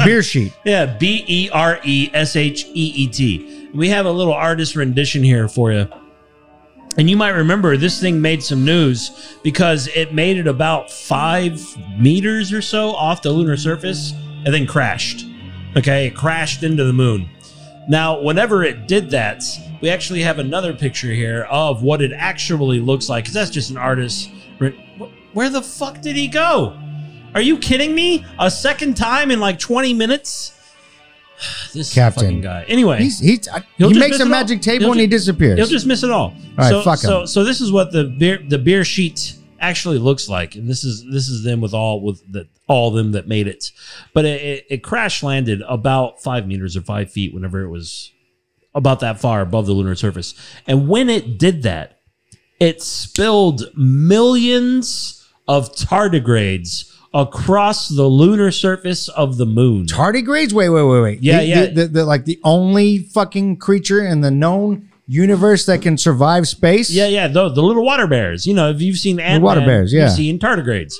B: Beer sheet.
C: Yeah, B E R E S H E E T. We have a little artist rendition here for you. And you might remember this thing made some news because it made it about five meters or so off the lunar surface and then crashed. Okay, it crashed into the moon. Now, whenever it did that, we actually have another picture here of what it actually looks like because that's just an artist. re- wh- Where the fuck did he go? Are you kidding me? A second time in like 20 minutes? This
B: Captain.
C: fucking guy. Anyway,
B: He's, he I-
C: He'll
B: he
C: just
B: makes
C: miss
B: a
C: it all.
B: magic table
C: He'll
B: and he
C: ju-
B: disappears.
C: You'll just miss it all.
B: All
C: so,
B: right, fuck 'em.
C: so, so this is what the beer the beer sheet actually looks like, and this is this is them with all with the all them that made it, but it, it, it crash landed about five meters or five feet whenever it was about that far above the lunar surface, and when it did that, it spilled millions of tardigrades across the lunar surface of the moon.
B: Tardigrades? Wait, wait, wait, wait.
C: Yeah,
B: The-
C: yeah.
B: The, the, the- like the only fucking creature in the known universe that can survive space?
C: Yeah, yeah, the, the little water bears. You know, if you've seen Ant-Man,
B: water bears, yeah.
C: you've seen tardigrades.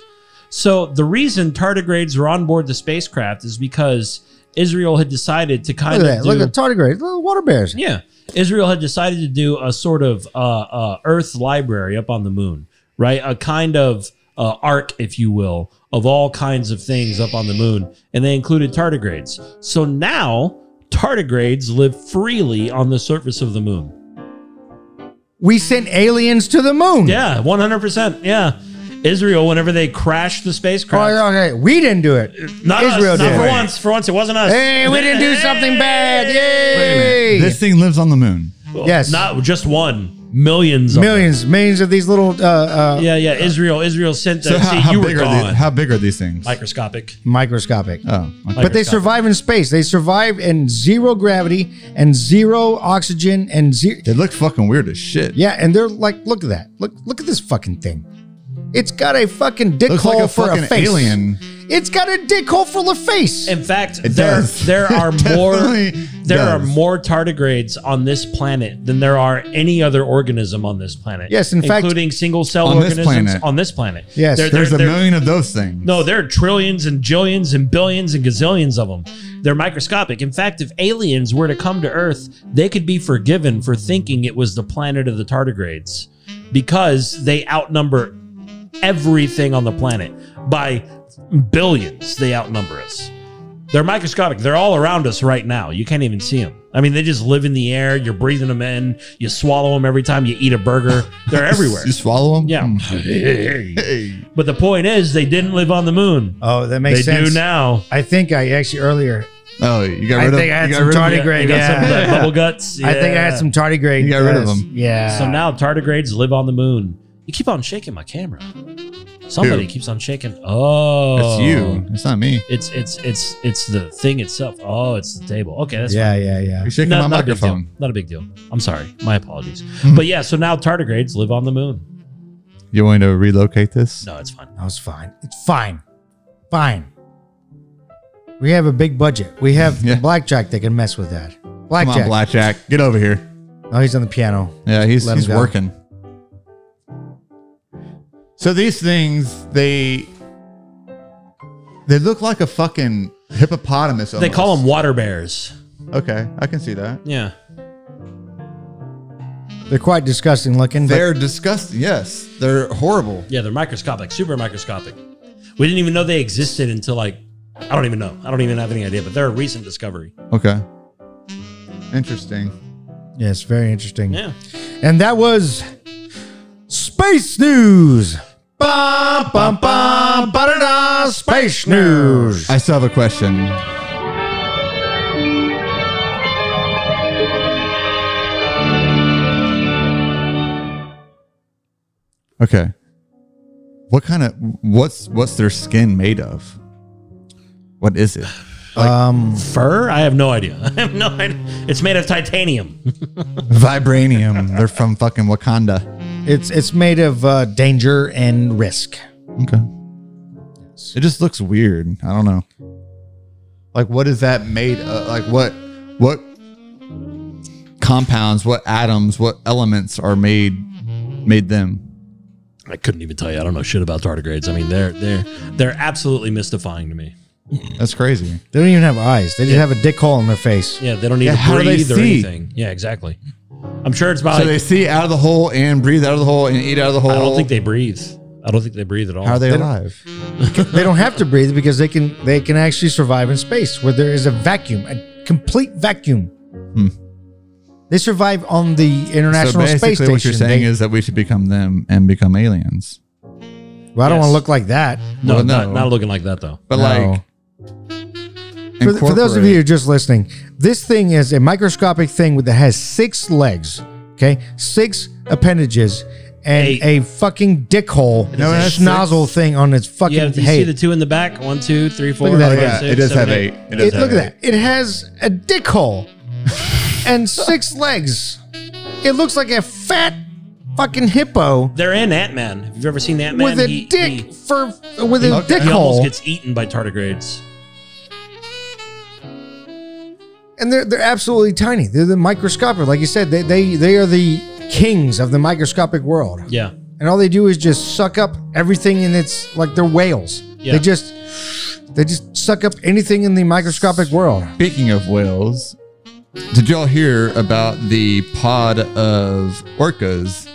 C: So the reason tardigrades were on board the spacecraft is because Israel had decided to kind
B: Look at
C: of
B: that.
C: do,
B: Look at tardigrades. Little water bears.
C: yeah, Israel had decided to do a sort of uh, uh, Earth library up on the moon, right? A kind of uh, arc, if you will, of all kinds of things up on the moon, and they included tardigrades. So now tardigrades live freely on the surface of the moon.
B: We sent aliens to the moon.
C: Yeah, one hundred percent. Yeah, Israel. Whenever they crashed the
B: Oh,
C: spacecraft,
B: okay. We didn't do it.
C: not us,
B: Israel
C: Not
B: did.
C: for once. For once, it wasn't us.
B: Hey, we didn't do something bad. Yay!
D: This thing lives on the moon.
C: Well,
B: yes.
C: not just one. Millions. Of them.
B: millions, millions of these little uh, uh,
C: Yeah, yeah. Israel. Israel sent. The,
D: So how,
C: see,
D: how
C: you were
D: big are
C: gone.
D: these? How big are these things?
C: Microscopic.
B: microscopic.
D: oh, okay.
B: but they survive in space. They survive in zero gravity and zero oxygen and zero.
D: they look fucking weird as shit.
B: Yeah, and they're like, look at that. Look, look at this fucking thing. It's got a fucking dick
D: looks
B: hole
D: like a
B: for
D: fucking
B: a face.
D: alien.
B: It's got a dick hole for a face.
C: In fact,
D: It
C: there
D: does.
C: there
D: It
C: are more
D: definitely
C: there are
D: does.
C: more tardigrades on this planet than there are any other organism on this planet.
B: Yes, in fact-
C: including single cell
D: On this
C: organisms
D: planet.
C: on this planet.
B: Yes,
C: There-
D: There's
C: there-
D: a
C: there-
D: million of those things.
C: No, there are trillions and jillions and billions and gazillions of them. They're microscopic. In fact, if aliens were to come to Earth, they could be forgiven for thinking it was the planet of the tardigrades because they outnumber everything on the planet by billions. They outnumber us. They're microscopic. They're all around us right now. You can't even see them. I mean, they just live in the air. You're breathing them in. You swallow them every time you eat a burger. They're everywhere.
D: You swallow them?
C: Yeah.
D: Hey.
C: But the point is, they didn't live on the moon
B: oh, that makes
C: they
B: sense.
C: do now.
B: I think I actually earlier.
D: Oh, you got
B: I
D: rid of.
B: think I had
D: you got
B: some
D: rid of-
B: tardigrade,
C: you got some of that
B: yeah.
C: bubble guts.
B: I think I had
C: yeah.
B: some tardigrade.
D: You got rid of
B: Yes.
D: them.
B: Yeah.
C: So now tardigrades live on the moon. You keep on shaking my camera. Somebody
D: Who?
C: keeps on shaking. Oh,
D: It's you. It's not me.
C: It's it's it's it's the thing itself. Oh, it's the table. Okay, that's
B: Yeah, yeah, yeah.
D: You're shaking
C: Not,
D: my
C: not a big deal.
D: microphone. Hmm.
C: Not a big deal. I'm sorry. My apologies. but yeah, so now tardigrades live on the moon.
D: You want to relocate this?
C: No, it's fine.
B: That was fine. It's fine. Fine. We have a big budget. We have
D: Yeah.
B: Blackjack that can mess with that.
D: Come
B: Blackjack.
D: on, Blackjack. Get over here.
B: Oh, he's on the piano.
D: Yeah, he's
B: Let him
D: he's
B: go.
D: working. So these things, they they look like a fucking hippopotamus.
C: They call them
D: almost.
C: water bears.
D: Okay, I can see that.
C: Yeah.
B: They're quite disgusting looking. but
D: They're disgusting. Yes, they're horrible.
C: Yeah, they're microscopic, super microscopic. We didn't even know they existed until like I don't even know. I don't even have any idea, but they're a recent discovery.
D: Okay. Interesting.
B: yes, very interesting.
C: Yeah.
B: And that was Space News. Bum, bum, bum, ba-da-da, space News.
D: I still have a question. Okay. What kind of what's what's their skin made of? What is it?
B: um,
C: Fur? I have no idea. I have no idea. It's made of titanium.
D: Vibranium. They're from fucking Wakanda.
B: it's it's made of uh, danger and risk.
D: Okay. It just looks weird. I don't know. Like, what is that made of? Like, what, what compounds, what atoms, what elements are made, made them?
C: I couldn't even tell you. I don't know shit about tardigrades. I mean, they're they're they're absolutely mystifying to me.
D: That's crazy.
B: They don't even have eyes. They just have a dick hole in their face.
C: Yeah, they don't need
D: Yeah,
C: to
D: how do they
C: breathe or
D: see?
C: anything. Yeah, exactly. I'm sure it's about.
D: So they see out of the hole and breathe out of the hole and eat out of the hole.
C: I don't think they breathe. I don't think they breathe at all.
D: How are they
B: They don't-
D: alive?
B: they don't have to breathe because they can they can actually survive in space where there is a vacuum, a complete vacuum. They survive on the
D: Hmm. So
B: International Space
D: basically,
B: Station.
D: what you're saying
B: They-
D: is that we should become them and become aliens.
B: well, I don't want
C: Yes.
B: to look like that.
C: No,
D: Well,
C: not,
D: no.
C: not looking like that though.
D: But
B: No.
D: like,
B: For, for those of
D: incorporate-
B: you who are just listening, this thing is a microscopic thing with- that has six legs, okay, six appendages, and
C: Eight.
B: a fucking dick hole,
D: No, it has six.
B: schnozzle thing on its fucking
C: Yeah, do you see
B: head.
C: the two in the back? One, two, three, four.
B: Look at that.
D: Oh,
B: Five,
D: yeah,
C: six,
D: it does
C: seven,
D: have eight. It does
B: It-
D: have
B: look
D: eight.
B: at that. It has a dick hole and six legs. It looks like a fat fucking hippo
C: They're in Ant Man. Have you ever seen Ant Man?
B: with a dick
C: He,
B: for with a
D: Okay.
B: dick
C: he almost
B: hole,
C: gets eaten by tardigrades.
B: and they're they're absolutely tiny. They're the microscopic, like you said. They they they are the kings of the microscopic world,
C: Yeah,
B: and all they do is just suck up everything, and it's like they're whales.
C: Yeah.
B: They just they just suck up anything in the microscopic world.
D: Speaking of whales, did y'all hear about the pod of orcas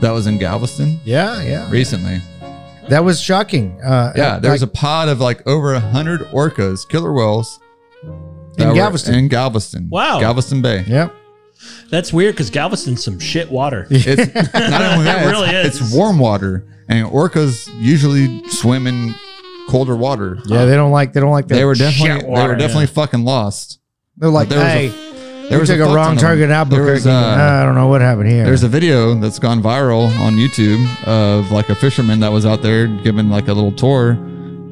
D: that was in Galveston
B: Yeah, yeah.
D: recently?
B: That was shocking. Uh,
D: Yeah,
B: like-
D: there was a pod of like over a hundred orcas, killer whales, that
B: In
D: were
B: Galveston.
D: In Galveston,
C: Wow.
D: Galveston Bay.
B: Yep.
C: that's weird because Galveston's some shit water.
D: It's not only that,
C: It really
D: it's,
C: is.
D: it's warm water, and orcas usually swim in colder water.
B: Yeah, they don't like they don't like that.
D: They were definitely
C: shit
D: they
C: water,
D: were definitely fucking lost.
B: They're like,
D: But there was
B: hey,
D: a- There
B: you
D: fuck
B: took a
D: ton
B: wrong
D: of them.
B: target in
D: There
B: Albuquerque.
D: was, uh,
B: I don't know what happened here.
D: There's a video that's gone viral on YouTube of like a fisherman that was out there giving like a little tour,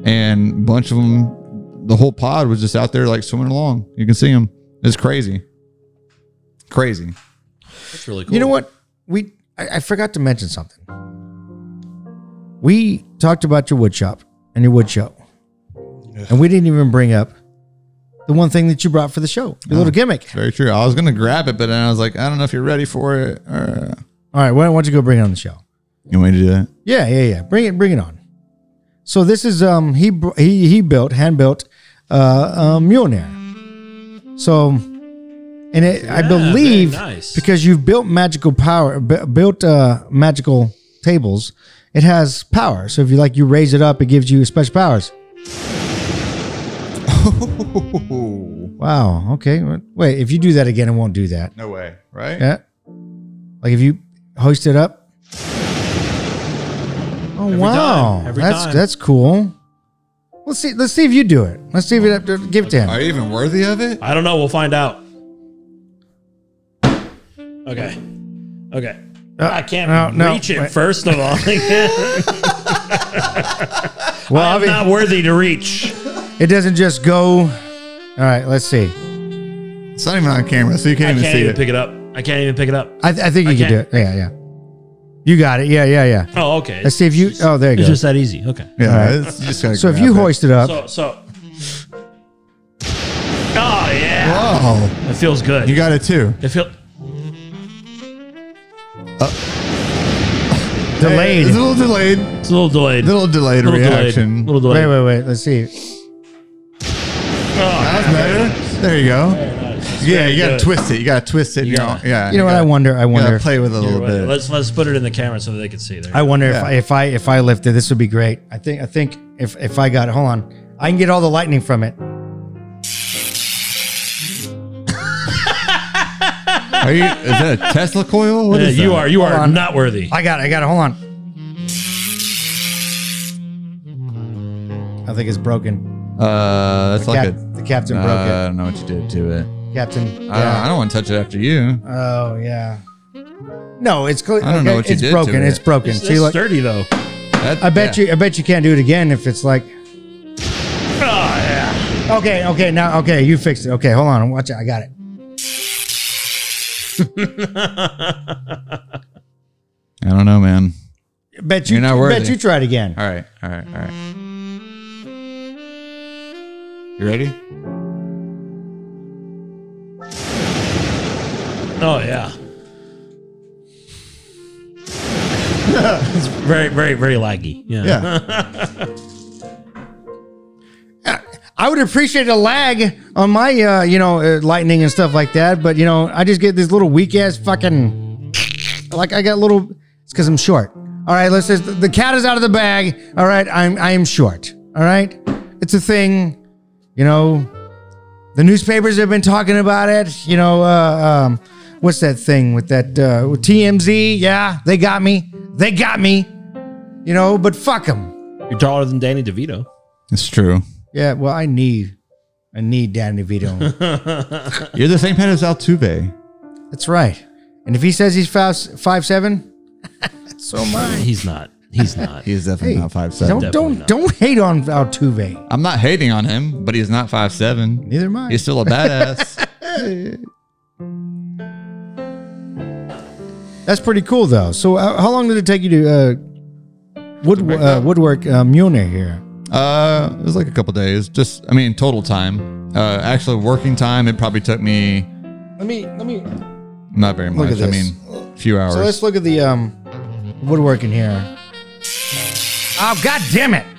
D: and a bunch of them, the whole pod was just out there like swimming along. You can see them. It's crazy, crazy.
C: That's really cool.
B: you know what? We I, I forgot to mention something. We talked about your wood shop and your wood show, and we didn't even bring up the one thing that you brought for the show,
D: Oh.
B: your little gimmick.
D: Very true. I was gonna grab it, but then I was like, I don't know if you're ready for it. Uh,
B: All right, why don't you go bring it on the show?
D: you want me to do that?
B: Yeah, yeah, yeah. Bring it, bring it on. So this is um he br- he he built hand built uh, uh Mjolnir. So, and it, I
C: Yeah,
B: believe
C: very nice.
B: because you've built magical power, bu- built uh, magical tables, it has power. So if you like, you raise it up, it gives you special powers. Wow. Okay. Wait. If you do that again, it won't do that.
D: No way, right?
B: Yeah. Like if you hoist it up. Oh wow,
C: time, every
B: that's
C: time.
B: that's cool. Let's see. Let's see if you do it. Let's see if you have to give it to him.
D: Are you even worthy of it?
C: I don't know. We'll find out. Okay. Okay. I can't
B: Uh, no, no,
C: reach it,
B: wait.
C: first of all.
B: Well,
C: I'm
B: obvi-
C: not worthy to reach.
B: it doesn't just go. All right, let's see.
D: It's not even on camera, so you
C: I
D: can't even
C: can't
D: see
C: even
D: it.
C: pick it up. I can't even pick it up.
B: I, th- I think you
C: I
B: can do
C: can't.
B: it. Yeah, yeah. You got it. Yeah, yeah, yeah.
C: Oh, okay.
B: Let's see if you. Oh, there you
C: It's
B: go.
C: just that easy. Okay.
D: yeah,
B: Alright.
D: it's- you just gotta
B: So if
D: grab
B: you
D: it.
B: hoist it up,
C: So, so. Oh, yeah.
D: oh,
C: It feels good.
D: you got it too.
C: it feel,
B: delayed.
D: It's a little delayed.
C: it's a little delayed.
D: Little delayed
C: little
D: reaction.
C: Delayed. little
B: Wait,
C: delayed.
B: wait, wait. Let's see.
D: That's better. There you go. yeah, you gotta
C: good.
D: twist it. You gotta twist it. Yeah.
C: Yeah.
D: yeah
B: You know what? I
D: gotta-
B: wonder. I
D: You
B: wonder.
D: gotta
B: if-
D: play with it a little
C: Wait,
D: bit.
C: Let's let's put it in the camera so that they can see there.
B: I wonder if
D: Yeah.
B: I, if I if I lifted this would be great. I think I think if if I got hold on, I can get all the lightning from it.
D: Are you? Is that a Tesla coil? What
C: Yeah,
D: is
C: you
D: that?
C: are you
B: Hold
C: are
B: on.
C: not worthy.
B: I got it, I got it. Hold on. I think it's broken.
D: Uh, that's
B: The,
D: like
B: cap-
D: a.
B: the captain
D: Uh,
B: broke
D: I
B: it.
D: don't know what you did to it.
B: Captain.
D: I don't, I
B: Yeah.
D: don't want to touch it after you.
B: Oh yeah. No, it's clear.
D: I don't know what you
B: it's
D: did to
B: broken.
D: it.
B: It's broken.
C: It's,
B: See,
C: it's
B: like,
C: sturdy though.
D: That-
B: I bet
D: yeah.
B: you. I bet you can't do it again if it's like.
C: Oh, yeah.
B: Okay, okay, now, okay, you fixed it. Okay, hold on. Watch it. I got it.
D: I don't know, man.
B: Bet you,
D: You're not
B: bet
D: worthy.
B: you tried again.
D: All right, all right, all right. You ready?
C: Oh yeah. it's very, very, very laggy. Yeah.
D: Yeah.
B: I would appreciate a lag on my, uh, you know, uh, lightning and stuff like that. But you know, I just get this little weak ass fucking, like I got little. It's because I'm short. All right, let's just. The cat is out of the bag. All right, I'm I am short. All right, it's a thing. You know, the newspapers have been talking about it. You know, uh, um, what's that thing with that uh, with TMZ? Yeah, they got me. They got me. You know, but fuck them.
C: You're taller than Danny DeVito.
D: It's true.
B: Yeah, well, I need, I need Danny DeVito.
D: You're the same height as Altuve.
B: That's right. And if he says he's five five seven, so am I.
C: He's not. He's not.
D: He is definitely
B: Hey,
D: not five
B: Don't
D: seven.
B: don't
C: not.
B: don't hate on Altuve.
D: I'm not hating on him, but he's not five seven.
B: Neither am I.
D: He's still a badass.
B: That's pretty cool though. So uh, how long did it take you to uh, wood uh, woodwork uh, Mjolnir here?
D: Uh, it was like a couple days. Just, I mean, total time. Uh, actually, working time. It probably took me
B: Let me let me.
D: not very
B: Look
D: much.
B: at
D: I
B: this.
D: mean, a few hours.
B: So let's look at the um woodworking here. Oh god damn it! And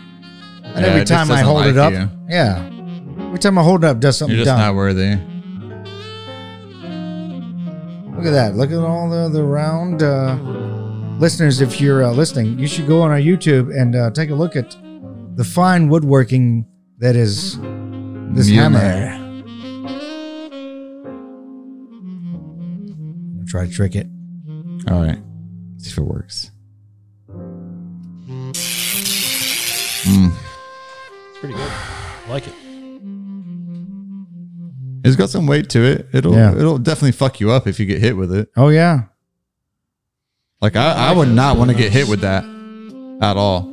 D: Yeah,
B: every
D: it just
B: time I
D: doesn't
B: hold it up,
D: like you.
B: yeah. Every time I hold it up, does something
D: You're just
B: dumb.
D: not worthy.
B: Look at that. Look at all the, the round uh, listeners. If you're uh, listening, you should go on our YouTube and uh, take a look at the fine woodworking that is this
D: Mjolnir.
B: hammer. I'll try to trick it.
D: All right. see if it works.
C: It's pretty good. I like it.
D: It's got some weight to it. It'll
B: Yeah.
D: it'll definitely fuck you up if you get hit with it.
B: Oh, yeah.
D: Like I, I would not want to get hit with that at all.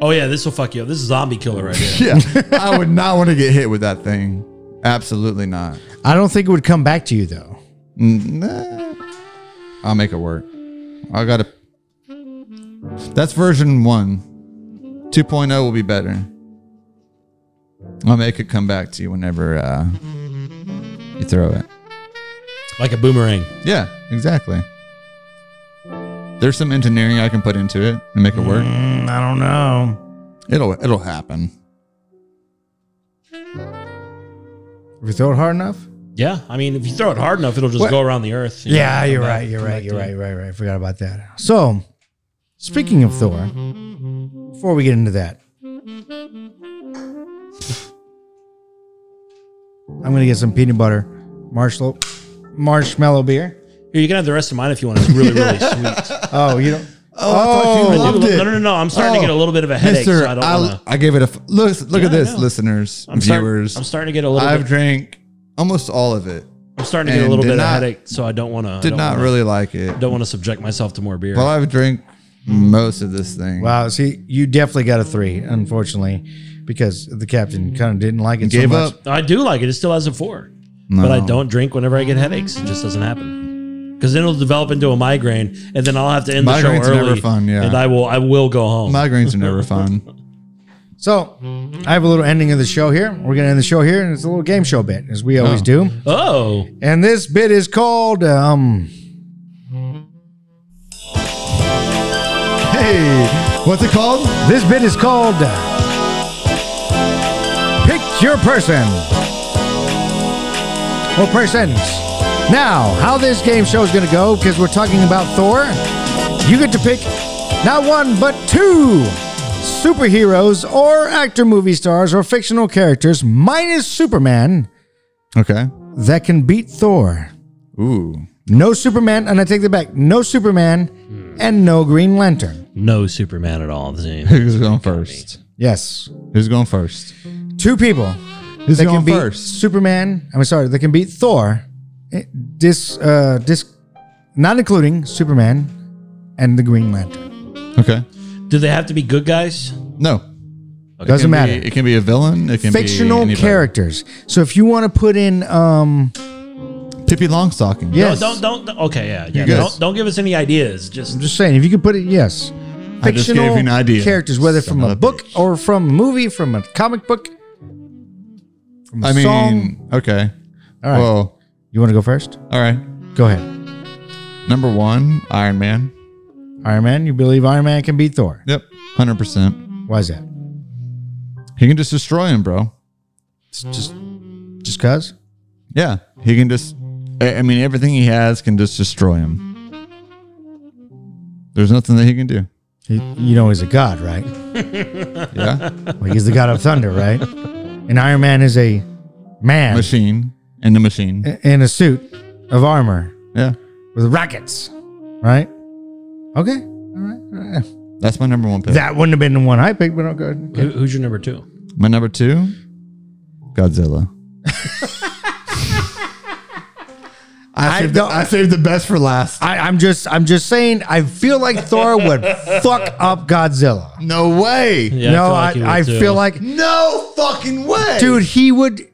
C: Oh yeah, this will fuck you up. This is zombie killer right here.
D: Yeah. I would not want to get hit with that thing. Absolutely not.
B: I don't think it would come back to you, though.
D: Mm, Nah. I'll make it work. I gotta That's version one. 2.0 will be better. I'll make it come back to you whenever uh, you throw it.
C: Like a boomerang.
D: Yeah, exactly. There's some engineering I can put into it and make it work.
B: Mm, I don't know.
D: It'll it'll happen.
B: If you throw it hard enough?
C: Yeah. I mean, if you throw it hard enough, it'll just
B: What?
C: go around the earth. you know,
B: Yeah,
C: come
B: you're
C: back-
B: right. You're
C: come
B: right.
C: back
B: You're
C: to
B: right.
C: you.
B: Right. Right. I forgot about that. So, speaking of Thor, before we get into that, I'm gonna get some peanut butter, marshmallow, marshmallow beer.
C: Here, you can have the rest of mine if you want. It's really, really sweet.
B: Oh, you don't.
D: Oh,
C: I
D: I
C: do-
D: thought you loved it.
C: No, no, no, no. I'm starting
D: Oh,
C: to get a little bit of a headache.
D: Mister,
C: so I don't
D: I,
C: wanna,
D: I gave it a f- look. Look
C: Yeah,
D: at
C: I
D: this,
C: know.
D: listeners,
C: I'm start-
D: viewers.
C: I'm starting to get a little.
D: I've
C: bit,
D: drank almost all of it.
C: I'm starting to get a
D: and
C: little
D: did
C: bit of a
D: not-
C: headache, so I don't want to.
D: Did not really like it.
C: Don't want to subject myself to more beer.
D: Well, I've drank most of this thing.
B: Wow. See, you definitely got a three, unfortunately, because the captain kind of didn't like it. so
D: Gave
B: much.
D: up.
C: I do like it. It still has a four, but I don't drink whenever I get headaches. It just doesn't happen because then it'll develop into a migraine, and then I'll have to end the show
D: Migraines are
C: early.
D: never fun, yeah.
C: and I will. I will go home.
D: Migraines are never fun.
B: So, I have a little ending of the show here. We're gonna end the show here, and it's a little game show bit, as we always do.
C: oh,
B: And this bit is called um
D: Hey, what's it called?
B: this bit is called uh, Pick Your Person or Persons. Now, how this game show is going to go because we're talking about Thor, you get to pick not one but two superheroes or actor movie stars or fictional characters minus Superman
D: Okay.
B: that can beat Thor.
D: Ooh.
B: No Superman, and I take that back. No Superman and no Green Lantern.
C: no Superman at all.
D: Who's going first?
B: Yes.
D: Who's going first?
B: Two people
D: Who's
B: that
D: going
B: can beat
D: first?
B: Superman. I'm sorry, that can beat Thor. eh, This uh this not including Superman and the Green Lantern.
D: Okay.
C: Do they have to be good guys?
D: No. It can be-
B: Doesn't matter.
D: it can be a villain. It can be
B: Fictional
D: anybody.
B: characters. So if you want to put in, um,
D: Pippi Longstocking.
B: yes,
C: No, don't don't. Okay, yeah, yeah.
D: guys-
C: Don't, don't give us any ideas.
B: I'm
C: Just
B: just saying if you could put it, yes,
D: I just gave you an idea.
B: characters, whether
D: Son
B: from
D: of
B: a
D: a
B: book or from a movie, from a comic book. From a
D: I mean,
B: song.
D: okay.
B: all right.
D: Well,
B: you want to go first?
D: all right.
B: Go ahead.
D: Number one, Iron Man.
B: Iron Man. You believe Iron Man can beat Thor?
D: Yep, hundred percent.
B: Why is that?
D: He can just destroy him, bro.
B: It's just, just cause?
D: Yeah, he can just. I I mean, everything he has can just destroy him. There's nothing that he can do.
B: He, you know, he's a god, right?
D: Yeah,
B: Like he's the god of thunder, right? And Iron Man is a man
D: machine and the machine.
B: in a suit of armor
D: Yeah,
B: with rockets, right? Okay, all right. all right.
D: that's my number one pick.
B: That wouldn't have been the one I picked, but I'll go ahead.
C: who, who's your number two?
D: My number two, Godzilla. I saved, the,
B: don't-
D: I saved the best for last.
B: I, I'm just, I'm just saying. I feel like Thor would fuck up Godzilla.
D: No way.
C: Yeah,
B: no, I,
C: you would
B: I
C: too.
B: feel like,
D: No fucking way.
B: dude, he would.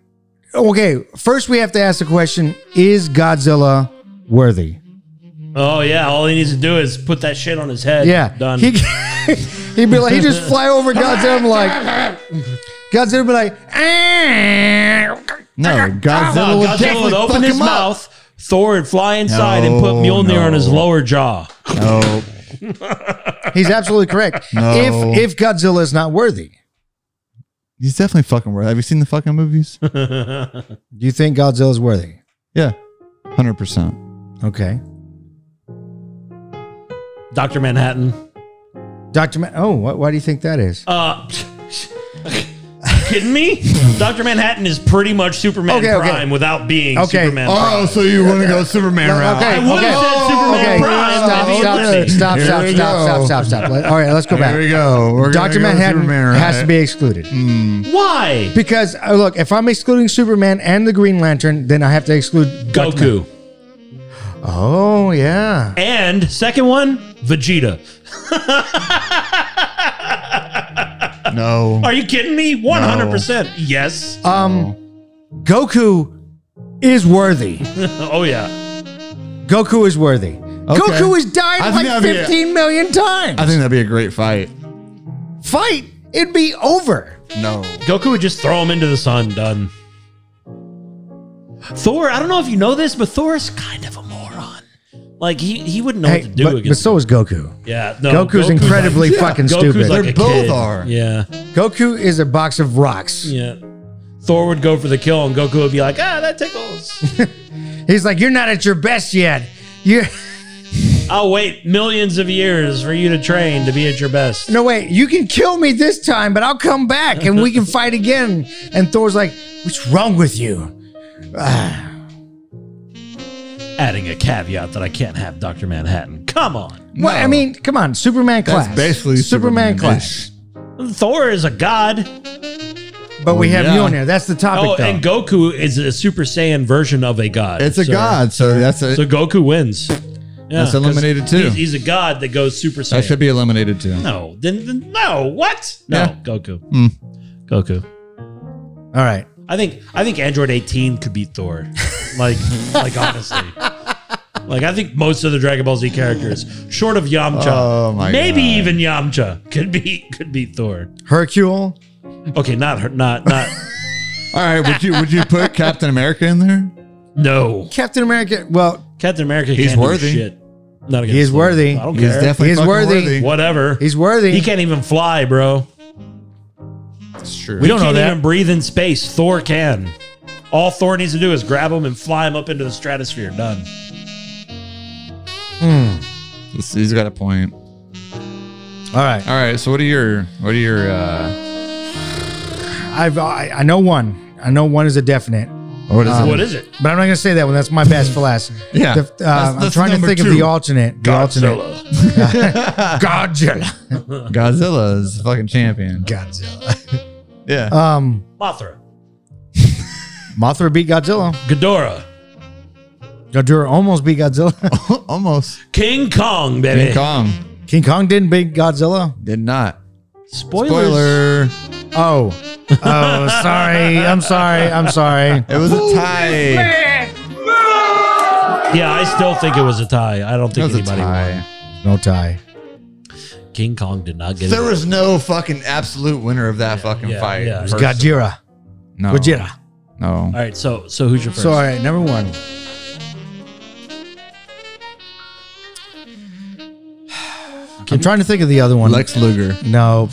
B: Okay, first we have to ask the question: Is Godzilla worthy?
C: Oh yeah, all he needs to do is put that shit on his head.
B: Yeah,
C: done.
B: He, he'd be like, he just fly over Godzilla, and be like Godzilla, be like, "Ah."
D: No, Oh, Godzilla would
C: Godzilla would
D: definitely
C: open
D: fuck
C: his
D: him up.
C: mouth. Thor would fly inside and
D: No,
C: put Mjolnir on his
D: no.
C: lower jaw.
D: No,
B: he's absolutely correct.
D: No.
B: If if Godzilla is not worthy,
D: he's definitely fucking worth. Have you seen the fucking movies?
B: do you think Godzilla is worthy?
D: yeah, hundred percent.
B: Okay,
C: Doctor Manhattan.
B: Doctor. Ma- oh, why, why do you think that is?
C: Uh, kidding me? Doctor Manhattan is pretty much Superman
B: Okay, okay.
C: Prime without being
B: Okay.
C: Superman.
D: Oh, so you want to go Superman route?
B: okay,
C: I would
B: okay.
C: have said Superman
B: Okay,
C: Prime.
B: stop,
C: if you
B: stop,
C: let me.
B: stop,
D: Here
B: stop,
D: we
B: stop, stop,
D: go.
B: stop, stop. Let- All right, let's go
D: Here we
B: back.
D: go. We're gonna
B: Doctor
D: go
B: Manhattan
D: Superman Mm. route.
B: has to be excluded
C: Why?
B: because uh, look, if I'm excluding Superman and the Green Lantern, then I have to exclude Doctor Man-
C: Goku.
B: Oh yeah,
C: And second one, Vegeta.
D: No.
C: Are you kidding me? 100%. Yes.
B: um, Goku is worthy.
C: oh, yeah.
B: Goku is worthy. Goku has died
D: I think
B: like
D: that'd be it.
B: fifteen million times.
D: I think that'd be a great fight.
B: Fight, it'd be over.
D: No.
C: Goku would just throw him into the sun. Done. Thor, I don't know if you know this, but Thor is kind of a moron. Like, he, he wouldn't know
B: Hey,
C: what to do
B: but, but
C: against
B: so is Goku.
C: Yeah, no,
B: Goku's
C: like-
B: incredibly fucking stupid.
C: like
D: They
C: a
D: both
C: kid.
D: are.
C: Yeah,
B: Goku is a box of rocks.
C: yeah. Thor would go for the kill, and Goku would be like, "Ah, that tickles."
B: He's like, you're not at your best yet. You
C: I'll wait millions of years for you to train to be at your best.
B: no wait, you can kill me this time, but I'll come back and we can fight again. And Thor's like, what's wrong with you?
C: Adding a caveat that I can't have Doctor Manhattan. Come on,
B: Well, I mean, come on, Superman class.
D: basically
B: Superman,
D: Superman-ish.
B: class.
C: Thor is a god.
B: But we have
D: yeah.
B: Mjolnir. That's the topic,
C: Oh,
B: though.
C: and Goku is a Super Saiyan version of a god.
D: It's a
C: So-
D: god, so that's a,
C: So Goku wins. Yeah,
D: That's eliminated
C: 'cause
D: too.
C: He's, he's a god that goes Super Saiyan.
D: that should be eliminated too.
C: no, then, then no. What? No,
D: Yeah.
C: Goku.
D: Hmm.
C: Goku.
B: All right.
C: I think I think Android 18 could beat Thor. Like like honestly. Like I think most of the Dragon Ball Z characters, short of Yamcha,
D: Oh, my
C: maybe
D: God.
C: even Yamcha could be could beat Thor.
B: Hercule.
C: Okay, not her, not not
D: All right, would you would you put Captain America in there?
C: no.
B: Captain America. Well,
C: Captain America
D: He's
C: can't
D: worthy.
C: do shit. Not against
B: He is
C: Thor.
B: worthy.
C: I don't
D: He's
C: care.
D: definitely
B: He's
D: fucking
B: worthy.
C: Whatever.
B: he's worthy.
C: he can't even fly, bro.
D: That's true.
C: We don't
B: know
C: can't
B: that.
C: even breathe in space. Thor can. All Thor needs to do is grab him and fly him up into the stratosphere. Done.
D: He's- he's got a point. All
B: All right.
D: right, so what are your what are your uh
B: I've, I, I know one. I know one is a definite.
D: what is
C: Um, what
D: it?
C: is it?
B: But I'm not gonna say that one. That's my best for last.
D: Yeah.
B: The- uh,
D: That's-
B: I'm
D: that's
B: trying to
D: number
B: think of
D: two.
B: the alternate. The alternate.
C: Godzilla.
B: Godzilla.
D: Godzilla is the fucking champion.
B: Godzilla.
D: Yeah.
B: Um,
C: Mothra.
B: Mothra beat Godzilla.
C: Ghidorah.
B: Godzilla almost beat Godzilla.
D: Almost.
C: King Kong, baby.
D: King Kong
B: King Kong didn't beat Godzilla.
D: did not.
C: Spoilers.
D: Spoiler.
B: Oh, oh, sorry. I'm sorry. I'm sorry.
D: It was a tie.
C: Yeah, I still think it was a tie. I don't
D: It
C: think
D: was a
C: anybody.
D: tie.
B: No tie.
C: won. King Kong did not get
D: There
C: it.
D: was no fucking absolute winner of that fucking
C: yeah,
D: fight.
C: yeah.
B: It's Gojira.
D: No.
B: Gojira.
D: No.
C: All right, so so who's your first?
B: So, all right, number one. I'm trying to think of the other one.
D: Lex Luger.
B: no,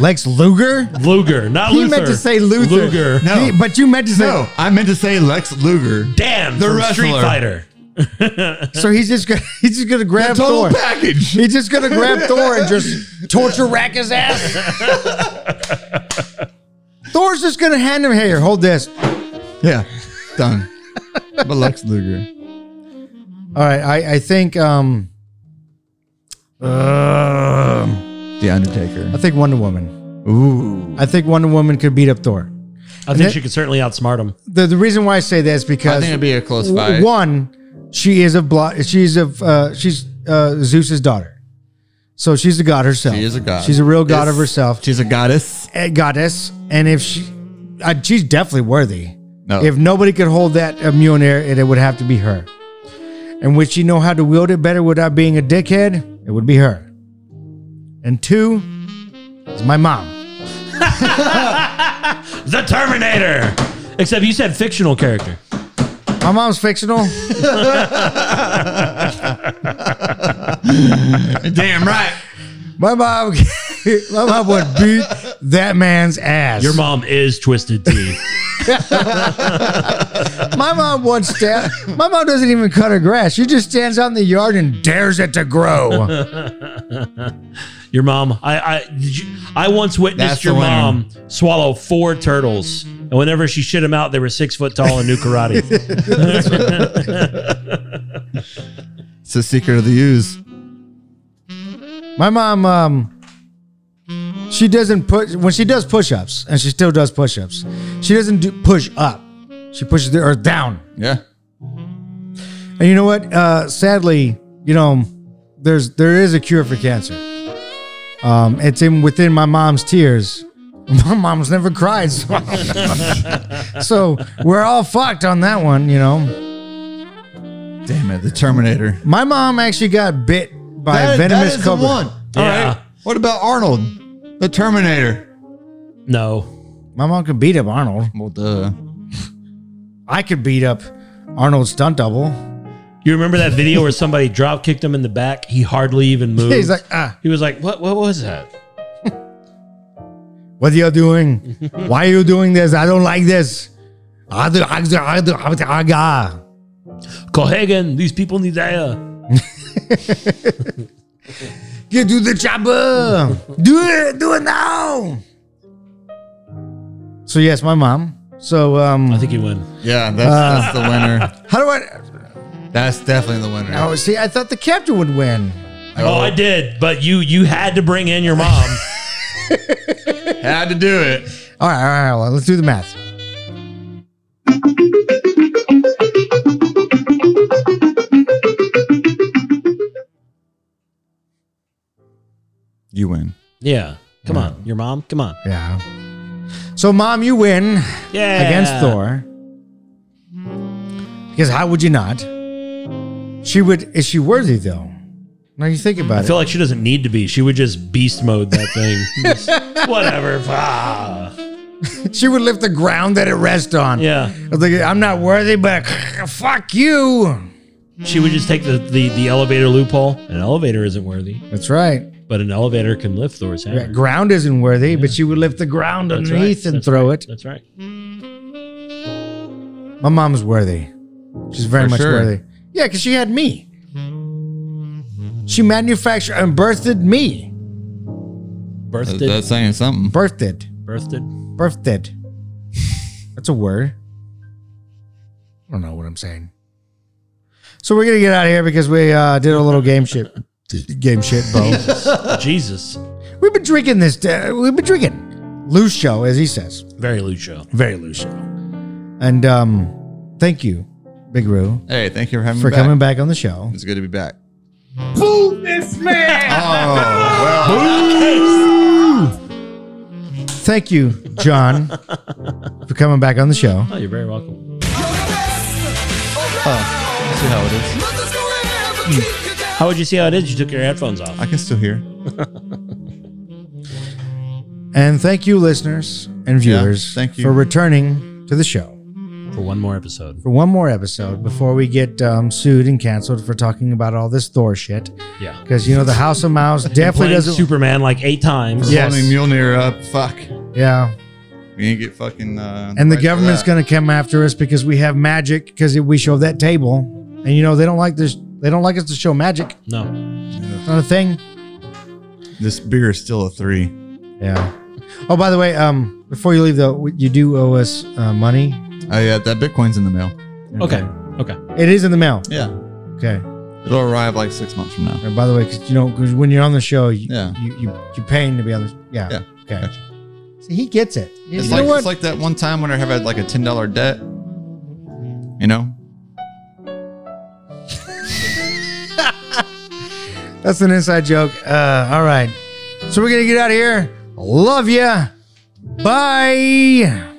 B: Lex Luger.
C: Luger, not
B: He
C: Luther.
B: meant to say Luther.
C: Luger.
D: No.
B: He- but you meant to say.
D: No, I meant to say Lex Luger.
C: Dan
D: The
C: from Street
D: wrestler.
C: Fighter.
B: So he's just gonna, he's just gonna grab
D: Total
B: Thor.
D: package.
B: He's just gonna grab Thor and just torture rack his ass. Thor's just gonna hand him here. Hold this.
D: Yeah. Done. but Lex Luger.
B: All right, I, I think um, um,
D: The Undertaker.
B: I think Wonder Woman.
D: Ooh.
B: I think Wonder Woman could beat up Thor.
C: I think she could certainly outsmart him.
B: The the reason why I say that is
D: I
B: because
D: think it'd be a close
B: w-
D: fight.
B: one, she is a blo- she's of uh, she's uh, Zeus's daughter, so she's a god herself.
D: She is a god.
B: She's a real god
D: Yes.
B: of herself,
D: She's a goddess.
B: a goddess. And if she, uh, she's definitely worthy.
D: No.
B: If nobody could hold that uh, Mjolnir, it, it would have to be her. And would she know how to wield it better without being a dickhead? It would be her. And two is my mom.
C: The Terminator. Except you said fictional character.
B: My mom's fictional.
D: Damn right.
B: my mom, my mom would beat that man's ass.
C: Your mom is Twisted Tea.
B: My mom once sta- My mom doesn't even cut her grass. She just stands out in the yard and dares it to grow.
C: Your mom. I I did you, I once witnessed
D: That's the
C: your
D: winner.
C: mom swallow four turtles, and whenever she shit them out, they were six foot tall and knew karate.
D: It's the secret of the use.
B: My mom, um, she doesn't put when she does push-ups, and she still does push-ups. She doesn't do push up. She pushes the earth down.
D: Yeah.
B: And you know what? Uh, sadly, you know, there's there is a cure for cancer. Um, it's in within my mom's tears. My mom's never cried, so, so we're all fucked on that one. You know,
D: Damn it. The Terminator.
B: my mom actually got bit by a venomous
D: is the
B: cobra.
D: one. All
C: Yeah.
D: right. What about Arnold? The Terminator.
C: no,
B: My mom could beat up Arnold.
D: Well, duh.
B: I could beat up Arnold's stunt double.
C: you remember that video where somebody drop kicked him in the back? He hardly even moved.
B: He's like, ah,
C: he was like, what? What was that?
B: what are you doing? Why are you doing this? I don't like this. I do, I do, I do, I do, I do.
C: Cohagen, these people need uh," air.
B: You do the chopper. Do it. Do it now. So yes, my mom. So
C: I
B: um,
C: think he won.
D: Yeah, that's, that's
B: Uh.
D: the winner.
B: how do I?
D: That's definitely the winner.
B: Oh, see, I thought the captain would win.
C: Oh, I did, but you you had to bring in your mom.
D: Had to do it.
B: All right, all right, all right let's do the math.
D: You win.
C: yeah, come on, your mom, come on.
B: Yeah. So mom, you win
C: Yeah,
B: against Thor. Because how would you not? She would. Is she worthy though? Now you think about
C: I
B: it.
C: feel like she doesn't need to be. She would just beast mode that thing. Just, whatever. Ah.
B: she would lift the ground that it rests on.
C: Yeah.
B: I was like, I'm not worthy, but fuck you.
C: She would just take the, the, the elevator loophole. An elevator isn't worthy,
B: That's right.
C: but an elevator can lift Thor's hammer.
B: Yeah, Ground isn't worthy, but she would lift the ground
C: That's right,
B: underneath and
C: that's
B: throw
C: right,
B: it.
C: That's right.
B: My mom's worthy. She's very
D: For
B: much
D: sure.
B: worthy. Yeah, because she had me. She manufactured and birthed me.
D: That-
C: Birthed,
D: That's saying something.
B: Birthed.
C: birthed.
B: Birthed. That's a word. I don't know what I'm saying. So we're gonna get out of here because we uh, did a little game shit. Game shit, Bo.
C: Jesus,
B: We've been drinking this. Uh, we've been drinking loose show, as he says,
C: very loose show.
B: very loose show. And um, thank you, Big Roo,
D: Hey, thank you for having
B: for
D: me.
B: coming
D: back.
B: back on the show.
D: It's good to be back.
F: Boo this man!
D: Oh, well.
B: Thank you, John, for coming back on the show.
C: Oh, you're very welcome.
D: See how it is.
E: Hmm.
C: How would you see how it is? You took your headphones off.
D: I can still hear.
B: And thank you, listeners and
D: Yeah,
B: viewers,
D: thank you.
B: for returning to the show
C: For one more episode.
B: for one more episode before we get um, sued and canceled for talking about all this Thor shit.
C: Yeah.
B: Because, you know, the House of Mouse definitely
C: Playing
B: doesn't.
C: Superman like eight times.
B: Yes.
D: Holding Mjolnir up. Fuck.
B: yeah.
D: We ain't get fucking. Uh,
B: And the
D: rights for
B: government's
D: that.
B: going to come after us because we have magic because we show that table. And, you know, they don't like this. They don't like us to show magic.
C: No.
B: It's not a thing.
D: This beer is still a three.
B: Yeah. Oh, by the way, um, before you leave though, you do owe us uh, money.
D: Oh yeah, that Bitcoin's in the mail.
C: Okay. Okay.
B: It is in the mail.
D: Yeah.
B: Okay.
D: It'll arrive like six months from now.
B: And by the way, 'cause, you know, 'cause when you're on the show, you,
D: Yeah.
B: you, you you're paying to be on the. Yeah.
D: Yeah.
B: Okay.
D: Gotcha.
B: See, he gets it. You
D: It's
B: know
D: like,
B: what?
D: it's like that one time when I have had like a ten dollar debt. You know?
B: That's an inside joke. Uh, all right. So we're gonna get out of here. Love ya. Bye.